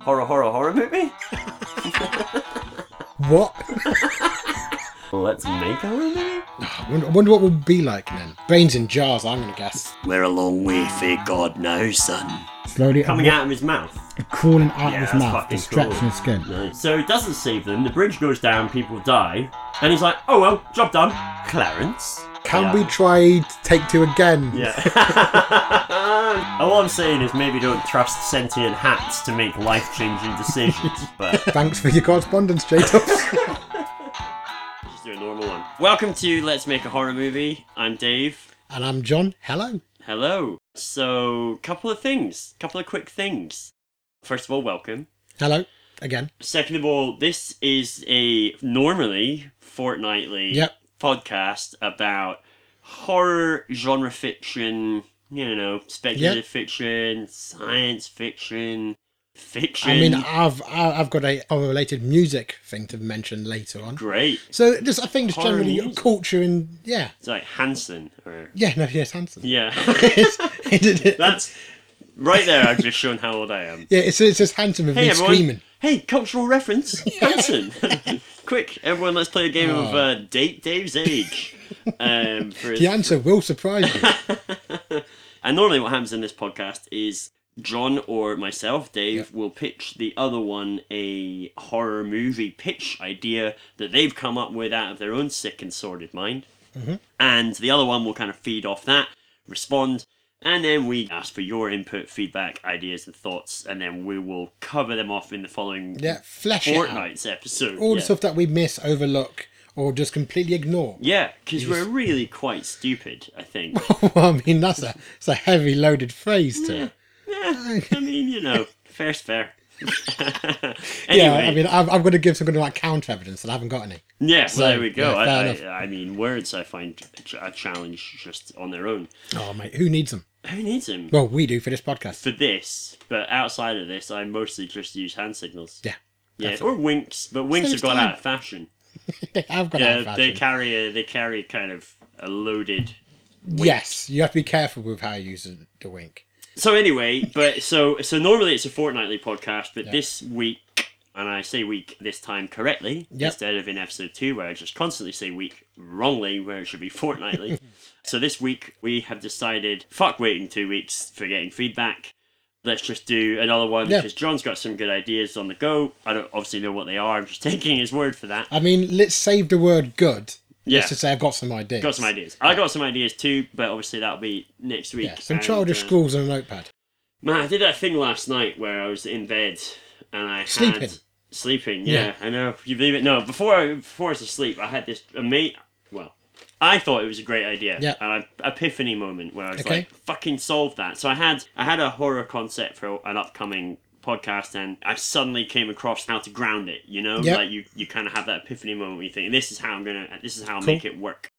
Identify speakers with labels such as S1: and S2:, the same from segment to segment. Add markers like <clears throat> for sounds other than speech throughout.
S1: horror, horror, horror movie?
S2: What? <sighs>
S1: Let's make a horror movie?
S2: I wonder, I wonder what we'll be like then. Brains in jars, I'm gonna guess.
S1: We're a long way, for God knows, son.
S3: Slowly
S1: Coming
S3: up,
S1: out of his mouth.
S3: crawling out of
S1: Yeah, that's
S3: his mouth,
S1: fucking
S3: distraction
S1: cool.
S3: his skin.
S1: So he doesn't save them. The bridge goes down. People die. And he's like, "Oh well, job done." Clarence.
S2: Can
S1: Yeah.
S2: we try take two again? <laughs>
S1: Yeah. <laughs> All I'm saying is maybe don't trust sentient hats to make life-changing <laughs> decisions. but
S2: Thanks for your correspondence, J-Tops.
S1: just do a normal one. Welcome to Let's Make a Horror Movie. I'm Dave.
S2: <laughs> and I'm John. Hello.
S1: Hello. So, couple of things. Couple of quick things. First of all, welcome.
S2: Hello. Again.
S1: Second of all, this is a normally fortnightly
S2: Yep.
S1: podcast about horror genre fiction, you know, speculative fiction, science fiction, fiction.
S2: I mean, I've I- I've got a horror-related music thing to mention later on.
S1: great.
S2: So just I think just
S1: Horror
S2: generally
S1: music.
S2: culture and yeah,
S1: It's like Hanson
S2: <laughs>
S1: or
S2: yeah. No, yes, <laughs> Hanson.
S1: yeah. <laughs>
S2: yeah,
S1: That's right there. I've just shown how old I am.
S2: it's it's just Hanson with
S1: Hey
S2: me
S1: everyone.
S2: screaming.
S1: Hey, cultural
S2: <laughs>
S1: reference. Hanson. <laughs> Quick, everyone, let's play a game of
S2: Oh.
S1: uh, date Dave's
S2: <laughs>
S1: age. Um, for his
S2: The answer will surprise you. <laughs>
S1: And normally, what happens in this podcast is John or myself, Dave, will pitch the other one a horror movie pitch idea that they've come up with out of their own sick and sordid mind. And the other one will kind of feed off that, respond, and then we ask for your input, feedback, ideas, and thoughts, and then we will cover them off in the following
S2: Yeah, flesh it out.
S1: Fortnite's episode.
S2: All
S1: yeah.
S2: the stuff that we miss, overlook, or just completely ignore. <laughs>
S1: yeah, because we're really quite stupid, I think.
S2: well, I mean, that's a it's a heavy loaded phrase to it.
S1: Yeah, <laughs> I mean, you know, fair's fair. <laughs> anyway,
S2: Yeah, I mean, I've, I've got to give some kind of like counter evidence, and I haven't got any.
S1: yeah, well, there we go.
S2: yeah, fair
S1: I,
S2: enough.
S1: I, I mean, words I find ch- a challenge just on their own.
S2: Oh, mate, who needs them?
S1: Who needs them
S2: Well, we do for this podcast.
S1: for this? But outside of this, I mostly just use hand signals.
S2: Yeah,
S1: Yeah,
S2: that's
S1: or winks, but winks have
S2: Saves
S1: gone
S2: time.
S1: out of fashion.
S2: I've got
S1: Yeah,
S2: that
S1: they
S2: fashion.
S1: carry a they carry kind of a loaded.
S2: Yes, you have to be careful with how you use the- the wink.
S1: So anyway,
S2: <laughs>
S1: but so so normally it's a fortnightly podcast, but this week, and I say week this time correctly
S2: Yep.
S1: instead of in episode two where I just constantly say week wrongly where it should be
S2: <laughs>
S1: fortnightly. so this week we have decided fuck waiting two weeks for getting feedback. Let's just do another one
S2: Yeah.
S1: because John's got some good ideas on the go. I don't obviously know what they are. I'm just <laughs> taking his word for that.
S2: I mean, let's save the word good.
S1: Yeah.
S2: Just to say, I've got some ideas.
S1: Got some ideas. I got some ideas too, but obviously that'll be next week.
S2: Yeah, some
S1: and,
S2: childish
S1: uh,
S2: scrawls on a notepad.
S1: Man, I did that thing last night where I was in bed and I
S2: Sleeping.
S1: had sleeping. Yeah, I know. You believe it? No, before I, before I was asleep, I had this ama- Well, I thought it was a great idea.
S2: Yeah.
S1: And an epiphany moment where I was
S2: Okay.
S1: like, "Fucking solve that." So I had I had a horror concept for an upcoming podcast, and I suddenly came across how to ground it. You know,
S2: Yeah.
S1: like you you kind of have that epiphany moment where you think, "This is how I'm gonna. This is how I'll
S2: Cool.
S1: make it work."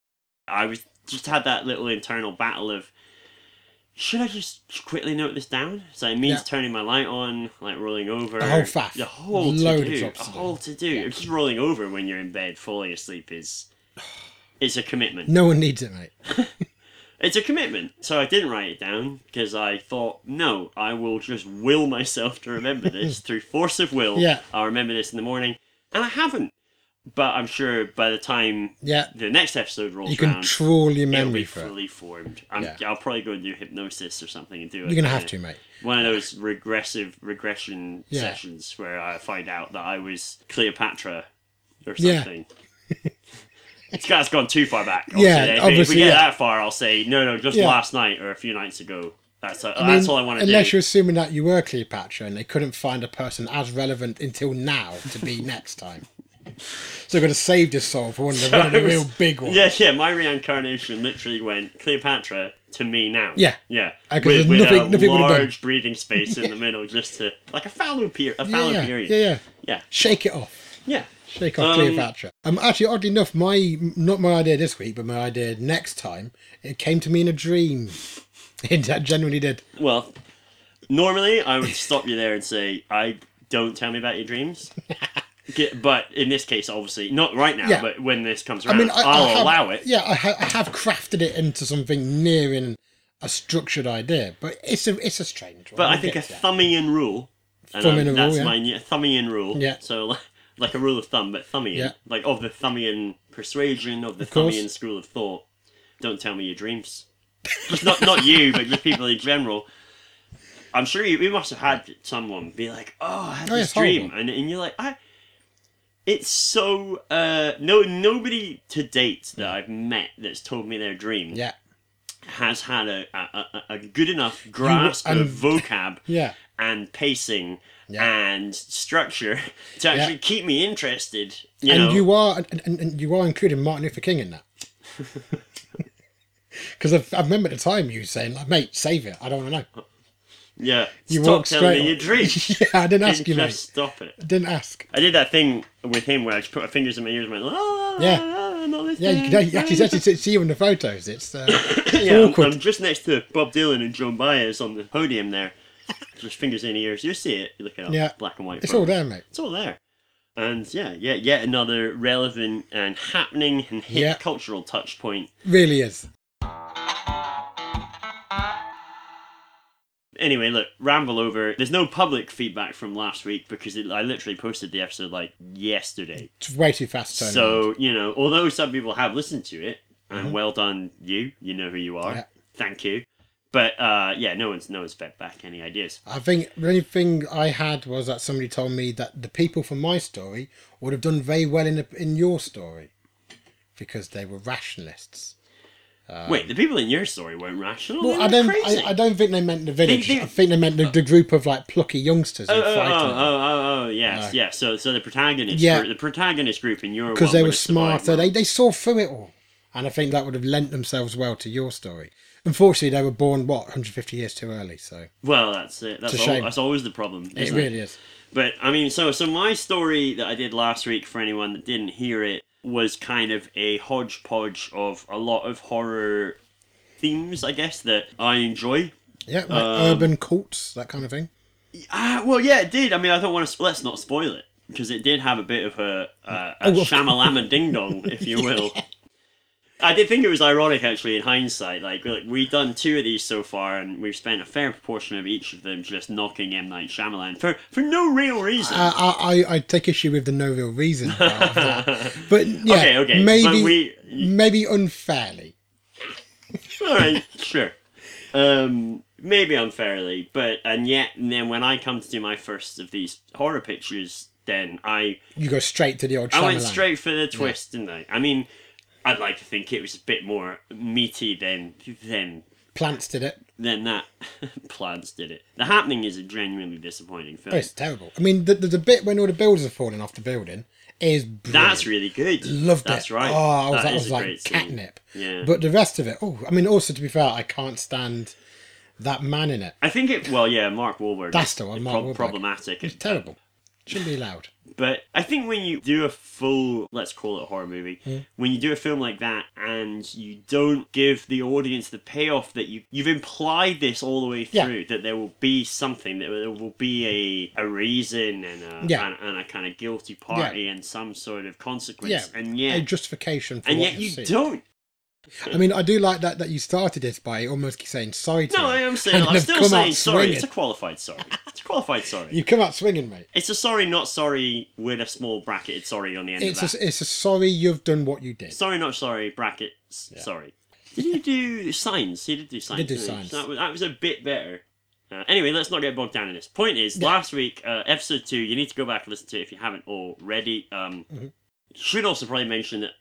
S1: I was just had that little internal battle of should I just quickly note this down? So it means
S2: Yeah.
S1: turning my light on, like rolling over.
S2: The whole faff.
S1: The whole
S2: Load
S1: to
S2: of
S1: do.
S2: jobs
S1: the
S2: to do.
S1: whole to do. Just rolling over when you're in bed, falling asleep is it's a commitment.
S2: No one needs it, mate.
S1: It's a commitment. So I didn't write it down because I thought, no, I will just will myself to
S2: <laughs>
S1: remember this through force of will.
S2: Yeah.
S1: I'll remember this in the morning, and I haven't. But I'm sure by the time
S2: Yeah.
S1: the next episode rolls
S2: You can
S1: round,
S2: trawl your
S1: it'll be
S2: memory for it.
S1: fully formed. I'm,
S2: Yeah.
S1: I'll probably go and do hypnosis or something and do it.
S2: You're going to have to, mate.
S1: one of those regressive regression
S2: Yeah.
S1: sessions where I find out that I was Cleopatra or
S2: Yeah.
S1: something. <laughs> This guy's gone too far back. I'll
S2: Yeah,
S1: say. If- if,
S2: obviously,
S1: we get
S2: yeah.
S1: that far, I'll say no, no, just
S2: Yeah.
S1: last night or a few nights ago. That's uh,
S2: I mean,
S1: that's all I want to do.
S2: Unless you're assuming that you were Cleopatra and they couldn't find a person as relevant until now
S1: <laughs>
S2: to be next time. So they're going to save this soul for one of the, one of the
S1: it was-
S2: real big
S1: <laughs>
S2: ones.
S1: Yeah, yeah. My reincarnation literally went Cleopatra to me now.
S2: Yeah.
S1: yeah.
S2: I
S1: With,
S2: could-
S1: with
S2: nothing-
S1: a
S2: nothing would've done.
S1: large breathing space
S2: <laughs>
S1: in the middle, just to like a fallow period. A fallow
S2: yeah, yeah,
S1: period.
S2: yeah, yeah.
S1: yeah.
S2: Shake it off.
S1: yeah.
S2: Shake off
S1: Um,
S2: Cleopatra. Um, actually, oddly enough, my not my idea this week, but my idea next time, it came to me in a dream. <laughs> It genuinely did.
S1: Well, normally I would stop you there and say, "I don't tell me about your
S2: <laughs>
S1: dreams." Get- but in this case, obviously, not right now.
S2: Yeah.
S1: But when this comes
S2: I
S1: around,
S2: mean, I,
S1: I, will
S2: I have,
S1: allow it.
S2: Yeah, I, ha- I have crafted it into something nearing a structured idea, but it's a it's a strange one.
S1: But I
S2: We'll
S1: think a
S2: get to that.
S1: Thummian rule And
S2: Thumb
S1: um,
S2: in a rule,
S1: that's
S2: yeah.
S1: my new thumbing in rule.
S2: Yeah.
S1: So <laughs> like, like a rule of thumb, but thumbing in.
S2: Yeah.
S1: Like of the thumbing in persuasion, of the
S2: Of course.
S1: thumbing in school of thought. Don't tell me your dreams. just not not you, but just people in general. I'm sure you, you must have had someone be like, "Oh, I had
S2: Oh,
S1: this
S2: it's
S1: dream,"
S2: horrible.
S1: and, and you're like, "I." It's so uh no nobody to date that I've met that's told me their dream
S2: Yeah.
S1: has had a a, a, a good enough grasp
S2: and-
S1: of
S2: <laughs>
S1: vocab
S2: Yeah.
S1: and pacing
S2: Yeah.
S1: and structure <laughs> to actually keep me interested. You
S2: and
S1: know,
S2: you are and, and, and you are including Martin Luther
S1: <laughs>
S2: King in that. Because I remember at the time you saying, like, mate, save it. I don't want to know.
S1: Oh. yeah,
S2: You
S1: stop
S2: walked
S1: telling
S2: straight
S1: me your
S2: on-
S1: dream.
S2: <laughs> yeah, I didn't
S1: <laughs> Just
S2: ask <laughs> you, mate.
S1: stop it.
S2: I didn't ask.
S1: I did that thing with him where I just put my fingers in my ears and went, "La, la, la,
S2: Yeah.
S1: la, la, I'm not
S2: Yeah,
S1: listening."
S2: you can actually, actually actually see you in the photos. It's uh,
S1: <laughs> Yeah, I'm-
S2: awkward.
S1: I'm just next to Bob Dylan and John Baez on the podium there. Just fingers in ears. You see it. You look it up.
S2: Yeah.
S1: Black and white.
S2: it's
S1: photo.
S2: all there, mate.
S1: It's all there. And yeah, yeah, yet another relevant and happening and hip
S2: Yeah.
S1: cultural touch point.
S2: Really is.
S1: Anyway, look, ramble over. There's no public feedback from last week because it, I literally posted the episode like yesterday.
S2: It's way too fast. Turning
S1: So, you know, although some people have listened to it, and well done you, you know who you are.
S2: Mm-hmm. Yeah.
S1: Thank you. But uh, yeah, no one's no one's fed back any ideas.
S2: I think the only thing I had was that somebody told me that the people from my story would have done very well in the, in your story because they were rationalists.
S1: Wait, the people in your story weren't rational.
S2: Um, Well,
S1: they
S2: I
S1: were
S2: don't.
S1: crazy.
S2: I, I don't think they meant the village.
S1: they-
S2: I think they meant the, the group of like plucky youngsters who
S1: Oh, oh,
S2: fight
S1: oh, oh, oh, oh, yes, yes. So, so the protagonist,
S2: Yeah.
S1: yeah. the protagonist group in your
S2: because
S1: one
S2: they
S1: would
S2: were
S1: have survived
S2: smarter. They
S1: well.
S2: they saw through it all, and I think that would have lent themselves well to your story. Unfortunately, they were born what 150 years too early. So
S1: Well, that's it. That's,
S2: It's a
S1: al-
S2: shame.
S1: that's always the problem.
S2: it
S1: isn't
S2: really is.
S1: But I mean, so so my story that I did last week for anyone that didn't hear it was kind of a hodgepodge of a lot of horror themes, I guess, that I enjoy.
S2: Yeah, like
S1: Um,
S2: urban cults, that kind of thing.
S1: Ah, well, yeah, it did. I mean, I don't want to. Let's not spoil it because it did have a bit of a a, a
S2: well-
S1: shamalama ding dong, if you will. I did think it was ironic, actually, in hindsight. Like, like, we've done two of these so far, and we've spent a fair proportion of each of them just knocking M Night Shyamalan for for no real reason.
S2: Uh, I, I I take issue with the no real reason, part of
S1: <laughs>
S2: that. but yeah,
S1: Okay, okay, but
S2: maybe
S1: we-
S2: maybe unfairly.
S1: All right, sure. Um, maybe unfairly, but and yet, and then when I come to do my first of these horror pictures, then I
S2: You go straight to the old.
S1: I went
S2: Shyamalan.
S1: straight for the twist, didn't I? I mean, I'd like to think it was a bit more meaty than than
S2: Plants did it.
S1: than that. <laughs> Plans did it. The Happening is a genuinely disappointing film.
S2: Oh, it's terrible. I mean, the, the, the bit when all the builders are falling off the building is brilliant.
S1: That's really good.
S2: loved it.
S1: That's right.
S2: Oh, I was,
S1: That
S2: that,
S1: is
S2: was
S1: a
S2: like
S1: great scene.
S2: catnip.
S1: Yeah.
S2: But the rest of it, oh, I mean, also to be fair, I can't stand that man in it.
S1: I think it. Well, yeah, Mark Wahlberg.
S2: That's
S1: is
S2: the one, Mark Wahlberg.
S1: Problematic.
S2: It's terrible. Shouldn't be allowed.
S1: But I think when you do a full, let's call it a horror movie, when you do a film like that and you don't give the audience the payoff that you you've implied this all the way
S2: Yeah.
S1: through that there will be something that there will be a a reason and a
S2: Yeah.
S1: and, and a kind of guilty party and some sort of consequence
S2: Yeah,
S1: and yet
S2: a justification for
S1: and
S2: what
S1: yet you
S2: see.
S1: don't.
S2: I mean, I do like that that you started this by almost saying sorry to
S1: No,
S2: him,
S1: I am
S2: <laughs> and
S1: saying I'm
S2: have
S1: still
S2: come out
S1: saying sorry. It's a
S2: swinging.
S1: qualified
S2: <laughs>
S1: sorry. It's a qualified sorry.
S2: You come out swinging, mate.
S1: It's a sorry, not sorry with a small bracketed sorry on the end of that.
S2: It's a, it's a sorry you've done what you did.
S1: Sorry, not sorry. Brackets. Sorry. Did you do signs? You did do signs.
S2: did do
S1: didn't you?
S2: signs.
S1: That was, that was a bit better. Uh, anyway, let's not get bogged down in this. Point is, last week, uh, episode two, you need to go back and listen to it if you haven't already. Um,
S2: Mm-hmm.
S1: Should also probably mention that,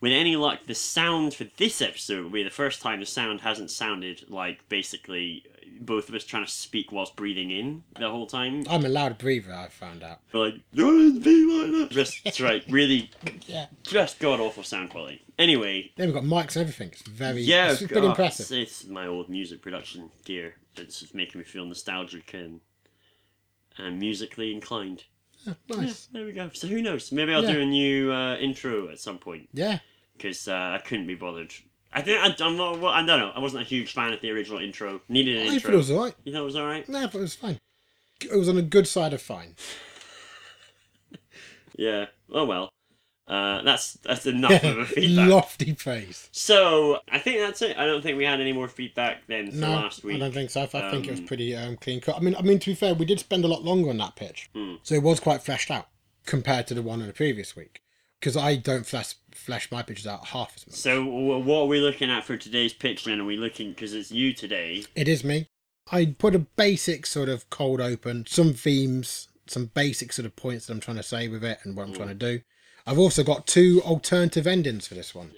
S1: with any luck, the sound for this episode will be the first time the sound hasn't sounded like basically both of us trying to speak whilst breathing in the whole time.
S2: I'm a loud breather. I found out.
S1: We're like, "Don't be like that." just
S2: <laughs>
S1: it's right, really,
S2: Yeah.
S1: just god awful sound quality. Anyway,
S2: Then we've got mics and everything. It's very
S1: yeah,
S2: It's been
S1: God,
S2: impressive.
S1: It's, it's my old music production gear. It's just making me feel nostalgic and and musically inclined.
S2: Yeah, Oh, nice.
S1: There we go. So who knows? Maybe I'll
S2: Yeah.
S1: do a new uh, intro at some point
S2: Yeah.
S1: because uh, I couldn't be bothered. I think I, I'm not. Well, I don't know. I wasn't a huge fan of the original intro. Needed an
S2: I thought
S1: intro.
S2: it was alright.
S1: You thought it was all right?
S2: No, but it was fine. It was on the good side of fine.
S1: Yeah. Oh well. Uh, that's that's
S2: <laughs>
S1: enough of a feedback.
S2: Lofty praise.
S1: So I think that's it. I don't think we had any more feedback than from
S2: No,
S1: last
S2: I
S1: week.
S2: don't think so. I think it was
S1: Um,
S2: pretty um, clean cut. I mean, I mean to be fair, we did spend a lot longer on that pitch,
S1: Mm.
S2: so it was quite fleshed out compared to the one on the previous week. Because I don't flesh flesh my pitches out half as much.
S1: So w- what are we looking at for today's pitch? Then are we looking because it's you today?
S2: It is me. I put a basic sort of cold open, some themes, some basic sort of points that I'm trying to say with it and what
S1: Mm.
S2: I'm trying to do. I've also got two alternative endings for this one.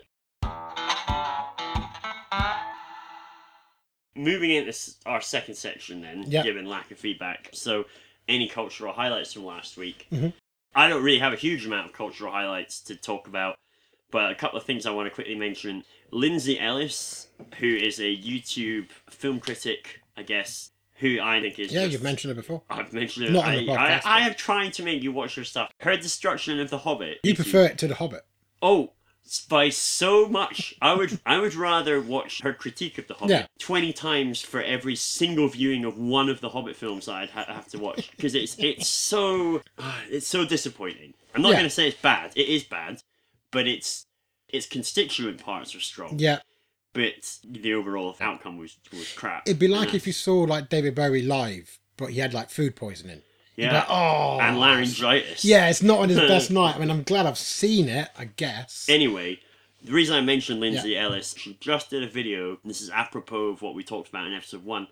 S1: Moving into s- our second section, then
S2: Yeah.
S1: given lack of feedback, so any cultural highlights from last week?
S2: Mhm.
S1: I don't really have a huge amount of cultural highlights to talk about, but a couple of things I want to quickly mention. Lindsay Ellis, who is a YouTube film critic, I guess, who I think is
S2: Yeah,
S1: just
S2: you've mentioned it before.
S1: I've mentioned it.
S2: Not on
S1: I,
S2: the podcast,
S1: I,
S2: but-
S1: I am trying to make you watch your stuff. Her destruction of the Hobbit.
S2: You
S1: if
S2: prefer it to The Hobbit.
S1: Oh, s- by so much. I would. I would rather watch her critique of the Hobbit
S2: Yeah.
S1: twenty times for every single viewing of one of the Hobbit films that I'd ha- have to watch because it's it's so <sighs> it's so disappointing. I'm not
S2: Yeah.
S1: going to say it's bad. It is bad, but it's its constituent parts are strong.
S2: Yeah,
S1: But the overall outcome was was crap. Uh,
S2: it'd be like
S1: And
S2: if you saw like David Bowie live, but he had like food poisoning.
S1: yeah,
S2: You'd be like, oh,
S1: and laryngitis.
S2: Yeah, it's not
S1: <laughs>
S2: on his best night. I mean, I'm glad I've seen it. I guess.
S1: Anyway, the reason I mentioned Lindsay Ellis, she just did a video. and This is apropos of what we talked about in episode one.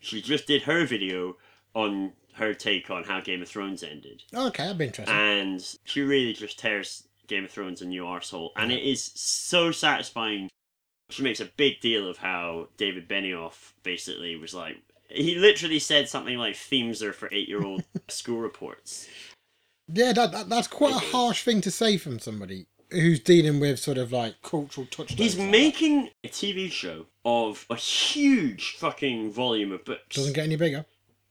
S1: She just did her video on her take on how Game of Thrones ended,
S2: okay, I'd be
S1: Ah.
S2: interested.
S1: and she really just tears Game of Thrones a new arsehole, and it is so satisfying. She makes a big deal of how David Benioff basically was like. He literally said something like themes are for eight year old school reports.
S2: Yeah, that, that that's quite a harsh thing to say from somebody who's dealing with sort of like cultural touchstones.
S1: He's
S2: like that.
S1: making a TV show of a huge fucking volume of books.
S2: doesn't get any bigger.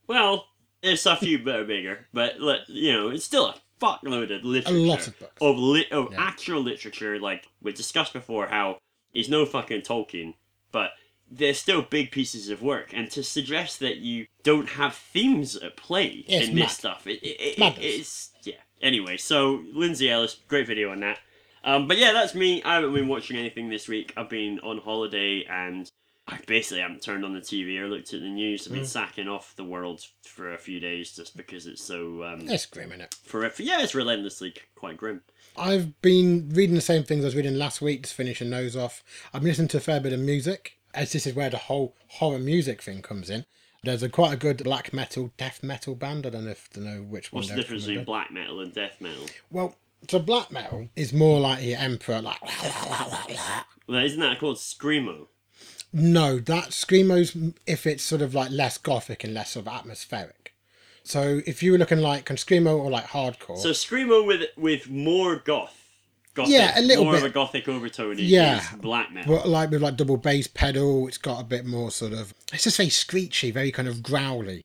S1: well, it's a few bit bigger, but let, you know, it's still a fuckload of literature.
S2: of books.
S1: Of, lit of
S2: Yeah.
S1: actual literature. Like, we discussed before how he's no fucking Tolkien, but they're still big pieces of work. And to suggest that you don't have themes at play
S2: It's
S1: in
S2: mad.
S1: this stuff, it, it, it,
S2: Madness.
S1: it's. Yeah. Anyway, so Lindsay Ellis, great video on that. Um, but yeah, that's me. I haven't been watching anything this week. I've been on holiday and I basically haven't turned on the TV or looked at the news.
S2: Hmm.
S1: I've been sacking off the world for a few days just because it's so um,
S2: It's grim, is it?
S1: for yeah, it's relentlessly quite grim.
S2: I've been reading the same things I was reading last week, just finishing those off. I've been listening to a fair bit of music, as this is where the whole horror music thing comes in. There's a quite a good black metal, death metal band. I don't know if to know which one.
S1: What's the
S2: they're
S1: difference
S2: from, but-
S1: between black metal and death metal?
S2: Well, so black metal is more like your emperor, like
S1: Well, isn't that called screamo?
S2: No, that screamos if it's sort of like less gothic and less sort of atmospheric. So if you were looking like kind of screamo or like hardcore,
S1: So screamo with with more goth, gothic,
S2: Yeah, a little
S1: more of
S2: bit.
S1: a gothic overtone. Yeah,
S2: Yeah.
S1: black metal.
S2: but like with like double bass pedal, it's got a bit more sort of let's just say screechy, very kind of growly,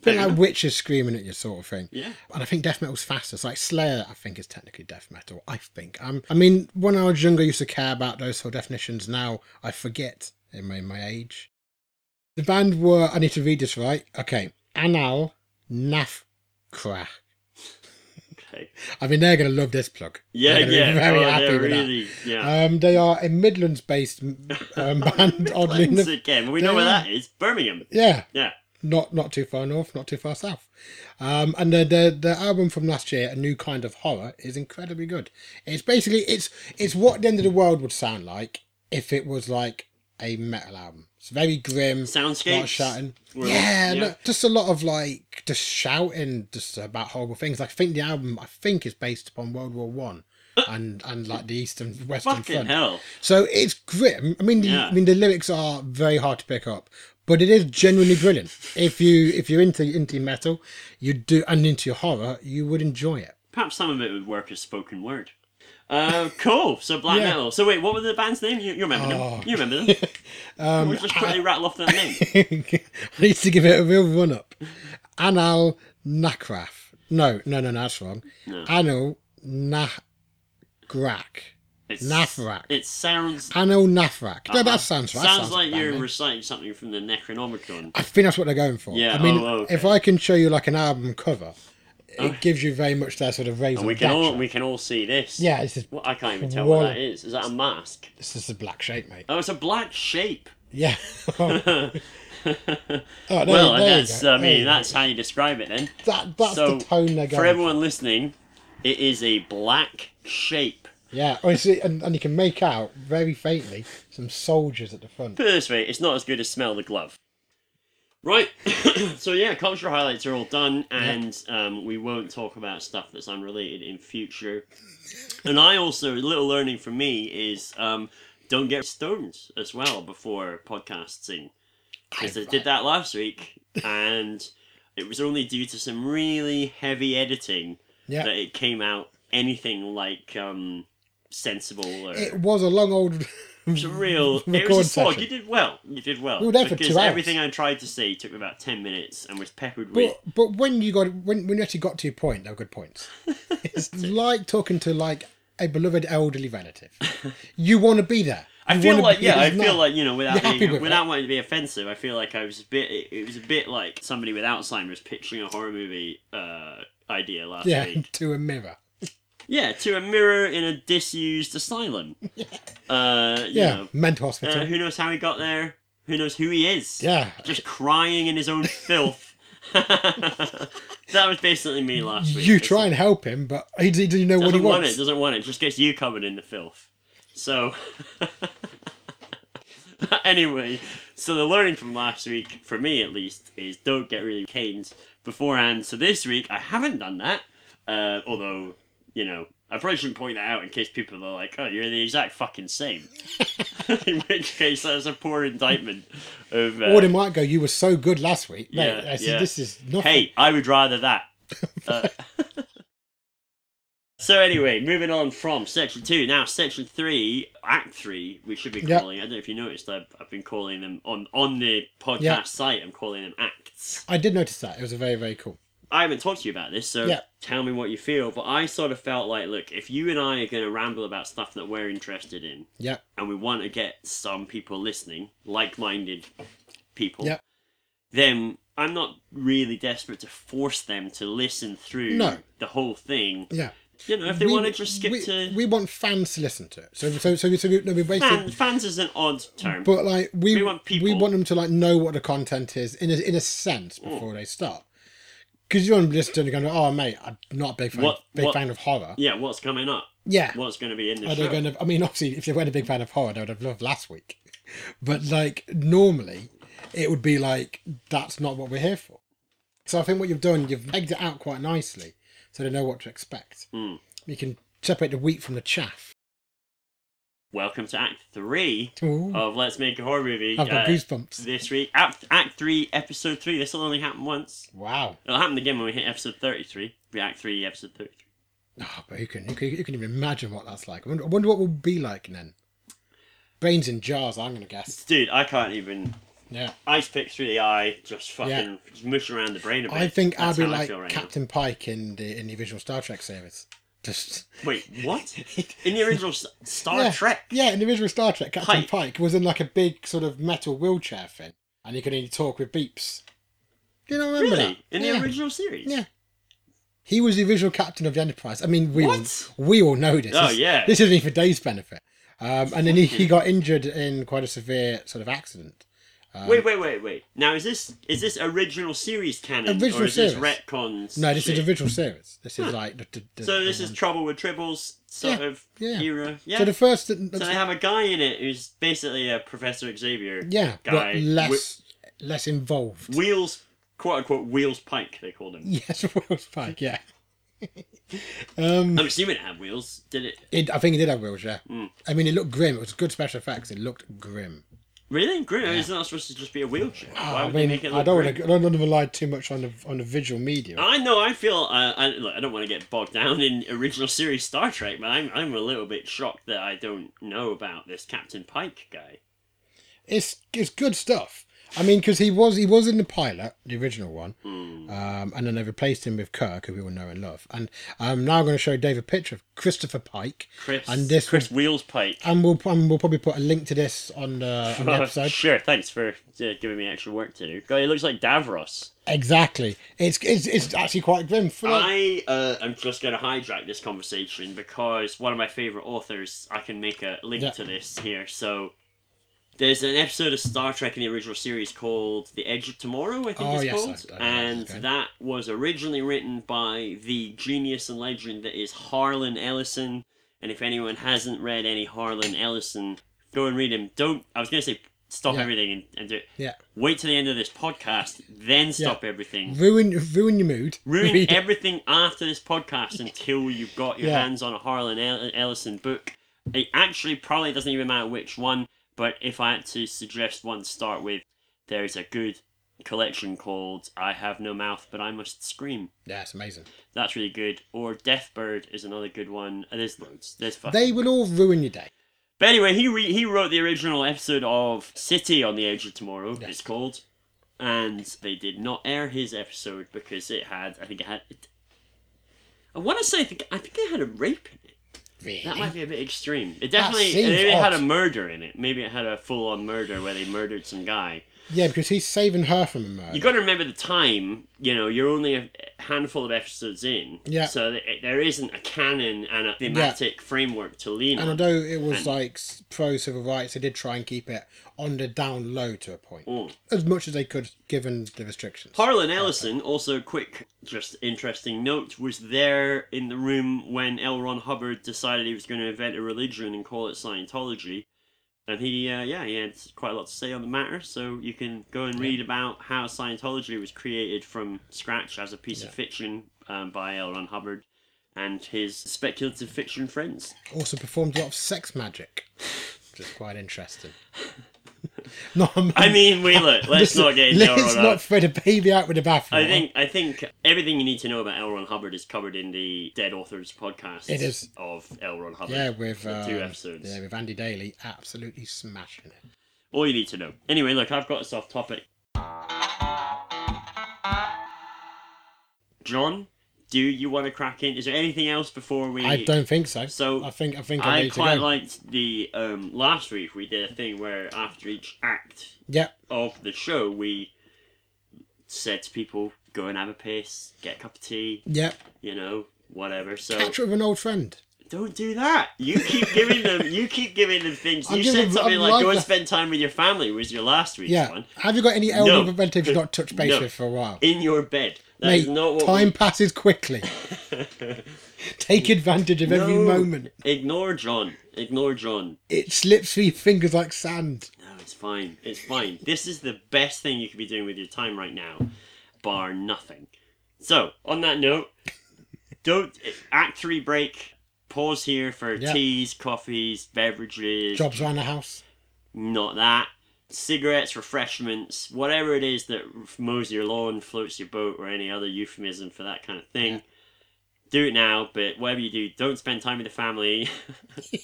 S2: a bit
S1: Fair
S2: like
S1: enough.
S2: witches screaming at you sort of thing.
S1: yeah,
S2: And I think death metal's faster. So like Slayer, I think is technically death metal. I think. Um, I mean, when I was younger, I used to care about those sort of definitions. Now I forget in my, my age. The band were. I need to read this right. Okay, Anal Nafkra.
S1: okay,
S2: I mean, they're gonna love this plug.
S1: yeah,
S2: They're gonna be
S1: yeah.
S2: very
S1: oh,
S2: happy
S1: they're
S2: with that.
S1: really yeah.
S2: Um, they are a Midlands-based um, <laughs> band. oddly
S1: Midlands
S2: enough,
S1: again. We know where
S2: Yeah.
S1: that is. Birmingham.
S2: yeah.
S1: Yeah.
S2: not not too far north, not too far south. Um, and the, the the album from last year, A New Kind of Horror, is incredibly good. It's basically it's it's what the end of the world would sound like if it was like a metal album. It's very grim, a lot of
S1: Soundscapes.
S2: shouting.
S1: Well,
S2: yeah,
S1: yeah.
S2: no, just a lot of like just shouting just about horrible things. I think the album I think is based upon World War One. And and like the Eastern Western
S1: Fucking
S2: Front,
S1: hell.
S2: so it's grim. I mean, the,
S1: Yeah.
S2: I mean the lyrics are very hard to pick up, but it is genuinely brilliant. if you if you're into into metal, you do and into your horror, you would enjoy it. <laughs>
S1: Perhaps some of it would work as spoken word. Uh, cool. So black
S2: Yeah.
S1: metal. So wait, what were the band's name? You, you remember
S2: Oh. Um, uh,
S1: them? You remember
S2: <laughs>
S1: them? we'll just quickly rattle off their name.
S2: I need to give it a real run up. Anal Nakraf. No, no, no, no, that's wrong.
S1: No.
S2: Anal Nagrak.
S1: It's,
S2: Nathrak.
S1: It sounds.
S2: Anal Nathrak. No,
S1: uh-huh.
S2: that sounds right. that
S1: Sounds, like
S2: about
S1: you're
S2: right.
S1: reciting something from the Necronomicon.
S2: I think that's what they're going for.
S1: Yeah,
S2: I mean,
S1: oh, okay.
S2: if I can show you like an album cover,
S1: Oh.
S2: it gives you very much that sort of razor.
S1: And we can
S2: edge.
S1: all we can all see this.
S2: yeah, this is
S1: Well, I can't even tell what
S2: Whoa.
S1: that is. Is that a mask?
S2: this is a black shape, mate.
S1: Oh, it's a black shape. <laughs>
S2: Yeah. <laughs> oh,
S1: well,
S2: there,
S1: I
S2: there you
S1: guess
S2: go.
S1: I
S2: There
S1: mean
S2: you go.
S1: that's how you describe it then.
S2: that. That's
S1: so,
S2: the tone they're going.
S1: For everyone listening, it is a black shape.
S2: Yeah, or you see- and, and you can make out very faintly some soldiers at the
S1: <laughs>
S2: front.
S1: Put it this way, it's not as good as smell the glove. Right. <coughs> so yeah, cultural highlights are all done, and um, we won't talk about stuff that's unrelated in future. and I also a little learning for me is um, don't get stones as well before podcasting because I did that last week, and it was only due to some really heavy editing
S2: Yeah.
S1: that it came out anything like um, sensible or
S2: It was a
S1: <laughs>
S2: long old.
S1: it's a
S2: <laughs>
S1: real. It
S2: Record
S1: was a slog.
S2: session.
S1: You did well. You did well.
S2: We were there for
S1: because
S2: two hours.
S1: everything I tried to say took me about ten minutes and was peppered with.
S2: But, but when you got when when you actually got to your point, they were
S1: <laughs>
S2: good points. It's like talking to like a beloved elderly
S1: <laughs>
S2: relative. You want to be there.
S1: I
S2: You
S1: feel
S2: wanna
S1: like
S2: be-
S1: yeah, I
S2: it's
S1: feel
S2: not-
S1: like you know
S2: You're
S1: without
S2: happy
S1: being,
S2: with
S1: without wanting to be offensive, I feel like I was a bit. It, it was a bit like somebody with Alzheimer's pitching a horror movie uh, idea last
S2: <laughs> yeah
S1: week.
S2: to a mirror.
S1: Yeah, to a mirror in a disused
S2: <laughs>
S1: asylum. Uh, you
S2: Yeah,
S1: know,
S2: mental
S1: uh,
S2: hospital.
S1: who knows how he got there? Who knows who he is? <laughs>
S2: yeah,
S1: just crying in his own filth. <laughs> that was basically me last week.
S2: you
S1: It's
S2: try and help him, but he doesn't even know what he
S1: doesn't want
S2: wants.
S1: it. Doesn't want it. Just gets you covered in the filth. So <laughs> anyway, so the learning from last week, for me at least, is don't get really caned beforehand. So this week I haven't done that. Uh, although you know I probably shouldn't point that out in case people are like, "Oh, you're the exact fucking same." <laughs> in which case, that's a poor indictment of. Uh,
S2: Or they might go, "You were so good last week." Mate,
S1: Yeah,
S2: I said,
S1: yeah.
S2: This is nothing.
S1: Hey, I would rather that. Uh, so anyway, moving on from section two now section three, act three. We should be
S2: Yep.
S1: calling. I don't know if you noticed. I've, I've been calling them on on the podcast
S2: Yep.
S1: site. I'm calling them acts.
S2: I did notice that. It was a very very cool.
S1: I haven't talked to you about this, so
S2: Yep.
S1: tell me what you feel. But I sort of felt like, look, if you and I are going to ramble about stuff that we're interested in,
S2: Yeah,
S1: and we want to get some people listening, like minded people,
S2: Yep.
S1: then I'm not really desperate to force them to listen through
S2: No.
S1: the whole thing.
S2: yeah.
S1: You know, if they
S2: We-
S1: want to just skip
S2: we,
S1: to.
S2: we want fans to listen to it. So so so, so we, no, we
S1: Fan,
S2: basically.
S1: fans is an odd term.
S2: But like we
S1: We want people- Mm.
S2: we want them to like know what the content is in a, in a sense before they start, because you want them to listen to it and go, "Oh mate, I'm not a big fan,
S1: What-
S2: big
S1: what-
S2: fan of horror."
S1: yeah, what's coming up?
S2: Yeah,
S1: What's going to be in the
S2: are
S1: show?
S2: they going to? I mean, obviously, if they weren't a big fan of horror, they would have loved last week. But like normally, it would be like that's not what we're here for. So I think what you've done, you've egged it out quite nicely, so they know what to expect.
S1: Mm.
S2: You can separate the wheat from the chaff.
S1: Welcome to Act 3
S2: Ooh,
S1: of Let's Make a Horror Movie.
S2: I've
S1: uh,
S2: got goosebumps.
S1: This week, Act, Act 3, Episode 3. This will only happen once.
S2: Wow.
S1: It'll happen again when we hit Episode 33. Be Act 3, Episode 33.
S2: Oh, but who can, who can who can even imagine what that's like? I wonder, I wonder what we'll be like then. Brains in jars, I'm gonna guess.
S1: Dude, I can't even.
S2: Yeah,
S1: ice pick through the eye, just fucking
S2: Yeah.
S1: just mush around the brain a bit.
S2: I think
S1: That's
S2: I'll
S1: how
S2: be
S1: I
S2: like
S1: feel right now.
S2: Captain Pike in the in the original Star Trek series. Just
S1: Wait, what?
S2: <laughs>
S1: In the original S- Star
S2: yeah,
S1: Trek?
S2: Yeah, in the original Star Trek, Captain
S1: Pike.
S2: Pike. was in like a big sort of metal wheelchair thing, and you could only talk with beeps. Do you not remember
S1: Really?
S2: that?
S1: In the
S2: yeah.
S1: original series?
S2: Yeah. He was the original captain of the Enterprise. I mean, we all,
S1: What?
S2: we all know this.
S1: Oh,
S2: This-
S1: yeah.
S2: This isn't even for Dave's benefit. Um, and then he, he got injured in quite a severe sort of accident. Um,
S1: Wait, wait, wait, wait. Now is this is this original series canon or
S2: Original
S1: is this
S2: series.
S1: retcons?
S2: no, this
S1: shit?
S2: is the original series. This is like the, the, the-
S1: So this
S2: the
S1: is
S2: one-
S1: Trouble with Tribbles sort
S2: Yeah,
S1: of
S2: yeah.
S1: era. Yeah.
S2: so
S1: So,
S2: the first.
S1: they have a guy in it who's basically a Professor Xavier.
S2: yeah,
S1: guy
S2: but
S1: wi-
S2: less less involved. <laughs>
S1: Wheels, quote unquote, Wheels Pike. They called him.
S2: yes, Will's Pike. Yeah. <laughs> um,
S1: I'm assuming it had wheels. Did it?
S2: it, I think it did have wheels. Yeah.
S1: Hmm.
S2: I mean, it looked grim. It was good special effects. It looked grim.
S1: Really? Grim? Isn't that supposed to just be a wheelchair? Why
S2: Ah, I
S1: would
S2: mean,
S1: they make it look
S2: I don't
S1: grim?
S2: want to. I don't want to rely too much on the on the visual medium.
S1: I know. I feel. Uh, I look, I don't want to get bogged down in original series Star Trek, but I'm I'm a little bit shocked that I don't know about this Captain Pike guy.
S2: It's it's good stuff. I mean, because he was he was in the pilot, the original one,
S1: Mm.
S2: um, and then they replaced him with Kirk, who we all know and love. And I'm now going to show Dave a picture of Christopher Pike,
S1: Chris
S2: And this
S1: Chris Wheels Pike. Oh,
S2: and we'll and we'll probably put a link to this on the, on the episode.
S1: sure, thanks for uh, giving me extra work to do. God, he looks like Davros.
S2: Exactly, it's it's, it's actually quite grim. For like,
S1: I uh, am just going to hijack this conversation because one of my favorite authors. I can make a link
S2: Yeah.
S1: to this here. So there's an episode of Star Trek in the original series called "The Edge of Tomorrow." I think
S2: Oh,
S1: it's
S2: yes, I-
S1: called,
S2: I know that,
S1: and
S2: okay.
S1: that was originally written by the genius and legend that is Harlan Ellison. And if anyone hasn't read any Harlan Ellison, go and read him. Don't. I was going to say stop
S2: Yeah.
S1: everything and, and do it.
S2: Yeah.
S1: Wait till the end of this podcast, then stop everything
S2: ruin ruin your mood.
S1: ruin
S2: <laughs> Read it.
S1: everything after this podcast until you've got your
S2: Yeah.
S1: hands on a Harlan El- Ellison book. It actually probably doesn't even matter which one, but if I had to suggest one to start with, there is a good collection called I Have No Mouth But I Must Scream.
S2: yeah, it's amazing.
S1: That's really good. Or Deathbird is another good one. Uh, There's loads. There's fucking
S2: They will all ruin your day.
S1: but anyway, he re- he wrote the original episode of City on the Edge of Tomorrow.
S2: Yeah.
S1: It's called, and they did not air his episode because it had I think it had. It, I want to say I think I think it had a rape in it.
S2: Really?
S1: That might be a bit extreme. It definitely
S2: seems
S1: maybe it had
S2: odd.
S1: a murder in it. Maybe it had a full on murder where they murdered some guy.
S2: Yeah, because he's saving her from a murder.
S1: You got to remember the time. You know, you're only a handful of episodes in.
S2: Yeah.
S1: So th- there isn't a canon and a thematic framework to lean
S2: and
S1: on.
S2: although it was like pro civil rights, they did try and keep it on the down low to a point,
S1: Mm.
S2: as much as they could, given the restrictions.
S1: Harlan Ellison, also quick, just interesting note, was there in the room when L. Ron Hubbard decided he was going to invent a religion and call it Scientology. And he, uh, yeah, he had quite a lot to say on the matter, so you can go and read about how Scientology was created from scratch as a piece of fiction um, by L. Ron Hubbard and his speculative fiction friends.
S2: Also performed a lot of sex magic, which is quite interesting. <laughs> not, a-
S1: I mean,
S2: <laughs>
S1: we look, let's
S2: Listen,
S1: not get into L.
S2: Let's
S1: Ron
S2: not
S1: Hubbard.
S2: throw the baby out with the bathwater.
S1: I think I think everything you need to know about L. Ron Hubbard is covered in the Dead Authors podcast.
S2: It is.
S1: of L. Ron Hubbard.
S2: Yeah, with
S1: The
S2: um,
S1: two episodes.
S2: Yeah, with Andy Daly absolutely smashing it.
S1: All you need to know. Anyway, look, I've got us off topic. John, do you want to crack in? Is there anything else before we?
S2: I don't think so.
S1: So,
S2: I think I think I,
S1: I
S2: need
S1: quite
S2: to go.
S1: liked the um, last week we did a thing where after each act
S2: Yeah,
S1: of the show we said to people go and have a piss, get a cup of tea,
S2: yeah.
S1: you know, whatever. So
S2: Catch up with an old friend.
S1: Don't do that. You keep giving them. You keep giving them things.
S2: <laughs> I'm
S1: you
S2: giving
S1: said
S2: them-
S1: something
S2: I'm
S1: like, "Go and
S2: like-
S1: spend time with your family." Was your last week's
S2: Yeah.
S1: one
S2: Have you got any elder
S1: No.
S2: relatives you've not touched
S1: <laughs>
S2: base
S1: No.
S2: with for a while?
S1: in your bed? That
S2: Mate,
S1: is not what
S2: time
S1: <laughs>
S2: passes quickly. Take advantage of
S1: we...
S2: every
S1: No.
S2: moment.
S1: Ignore John. Ignore John.
S2: It slips through your fingers like sand.
S1: No, it's fine. It's fine. this is the best thing you could be doing with your time right now, bar nothing. So, on that note, don't act three break. Pause here for
S2: Yeah.
S1: teas, coffees, beverages,
S2: Jobs around the house.
S1: not that. Cigarettes, refreshments, whatever it is that mows your lawn, floats your boat, or any other euphemism for that kind of thing.
S2: Yeah.
S1: Do it now, but whatever you do, don't spend time with the
S2: <laughs>
S1: family. <laughs>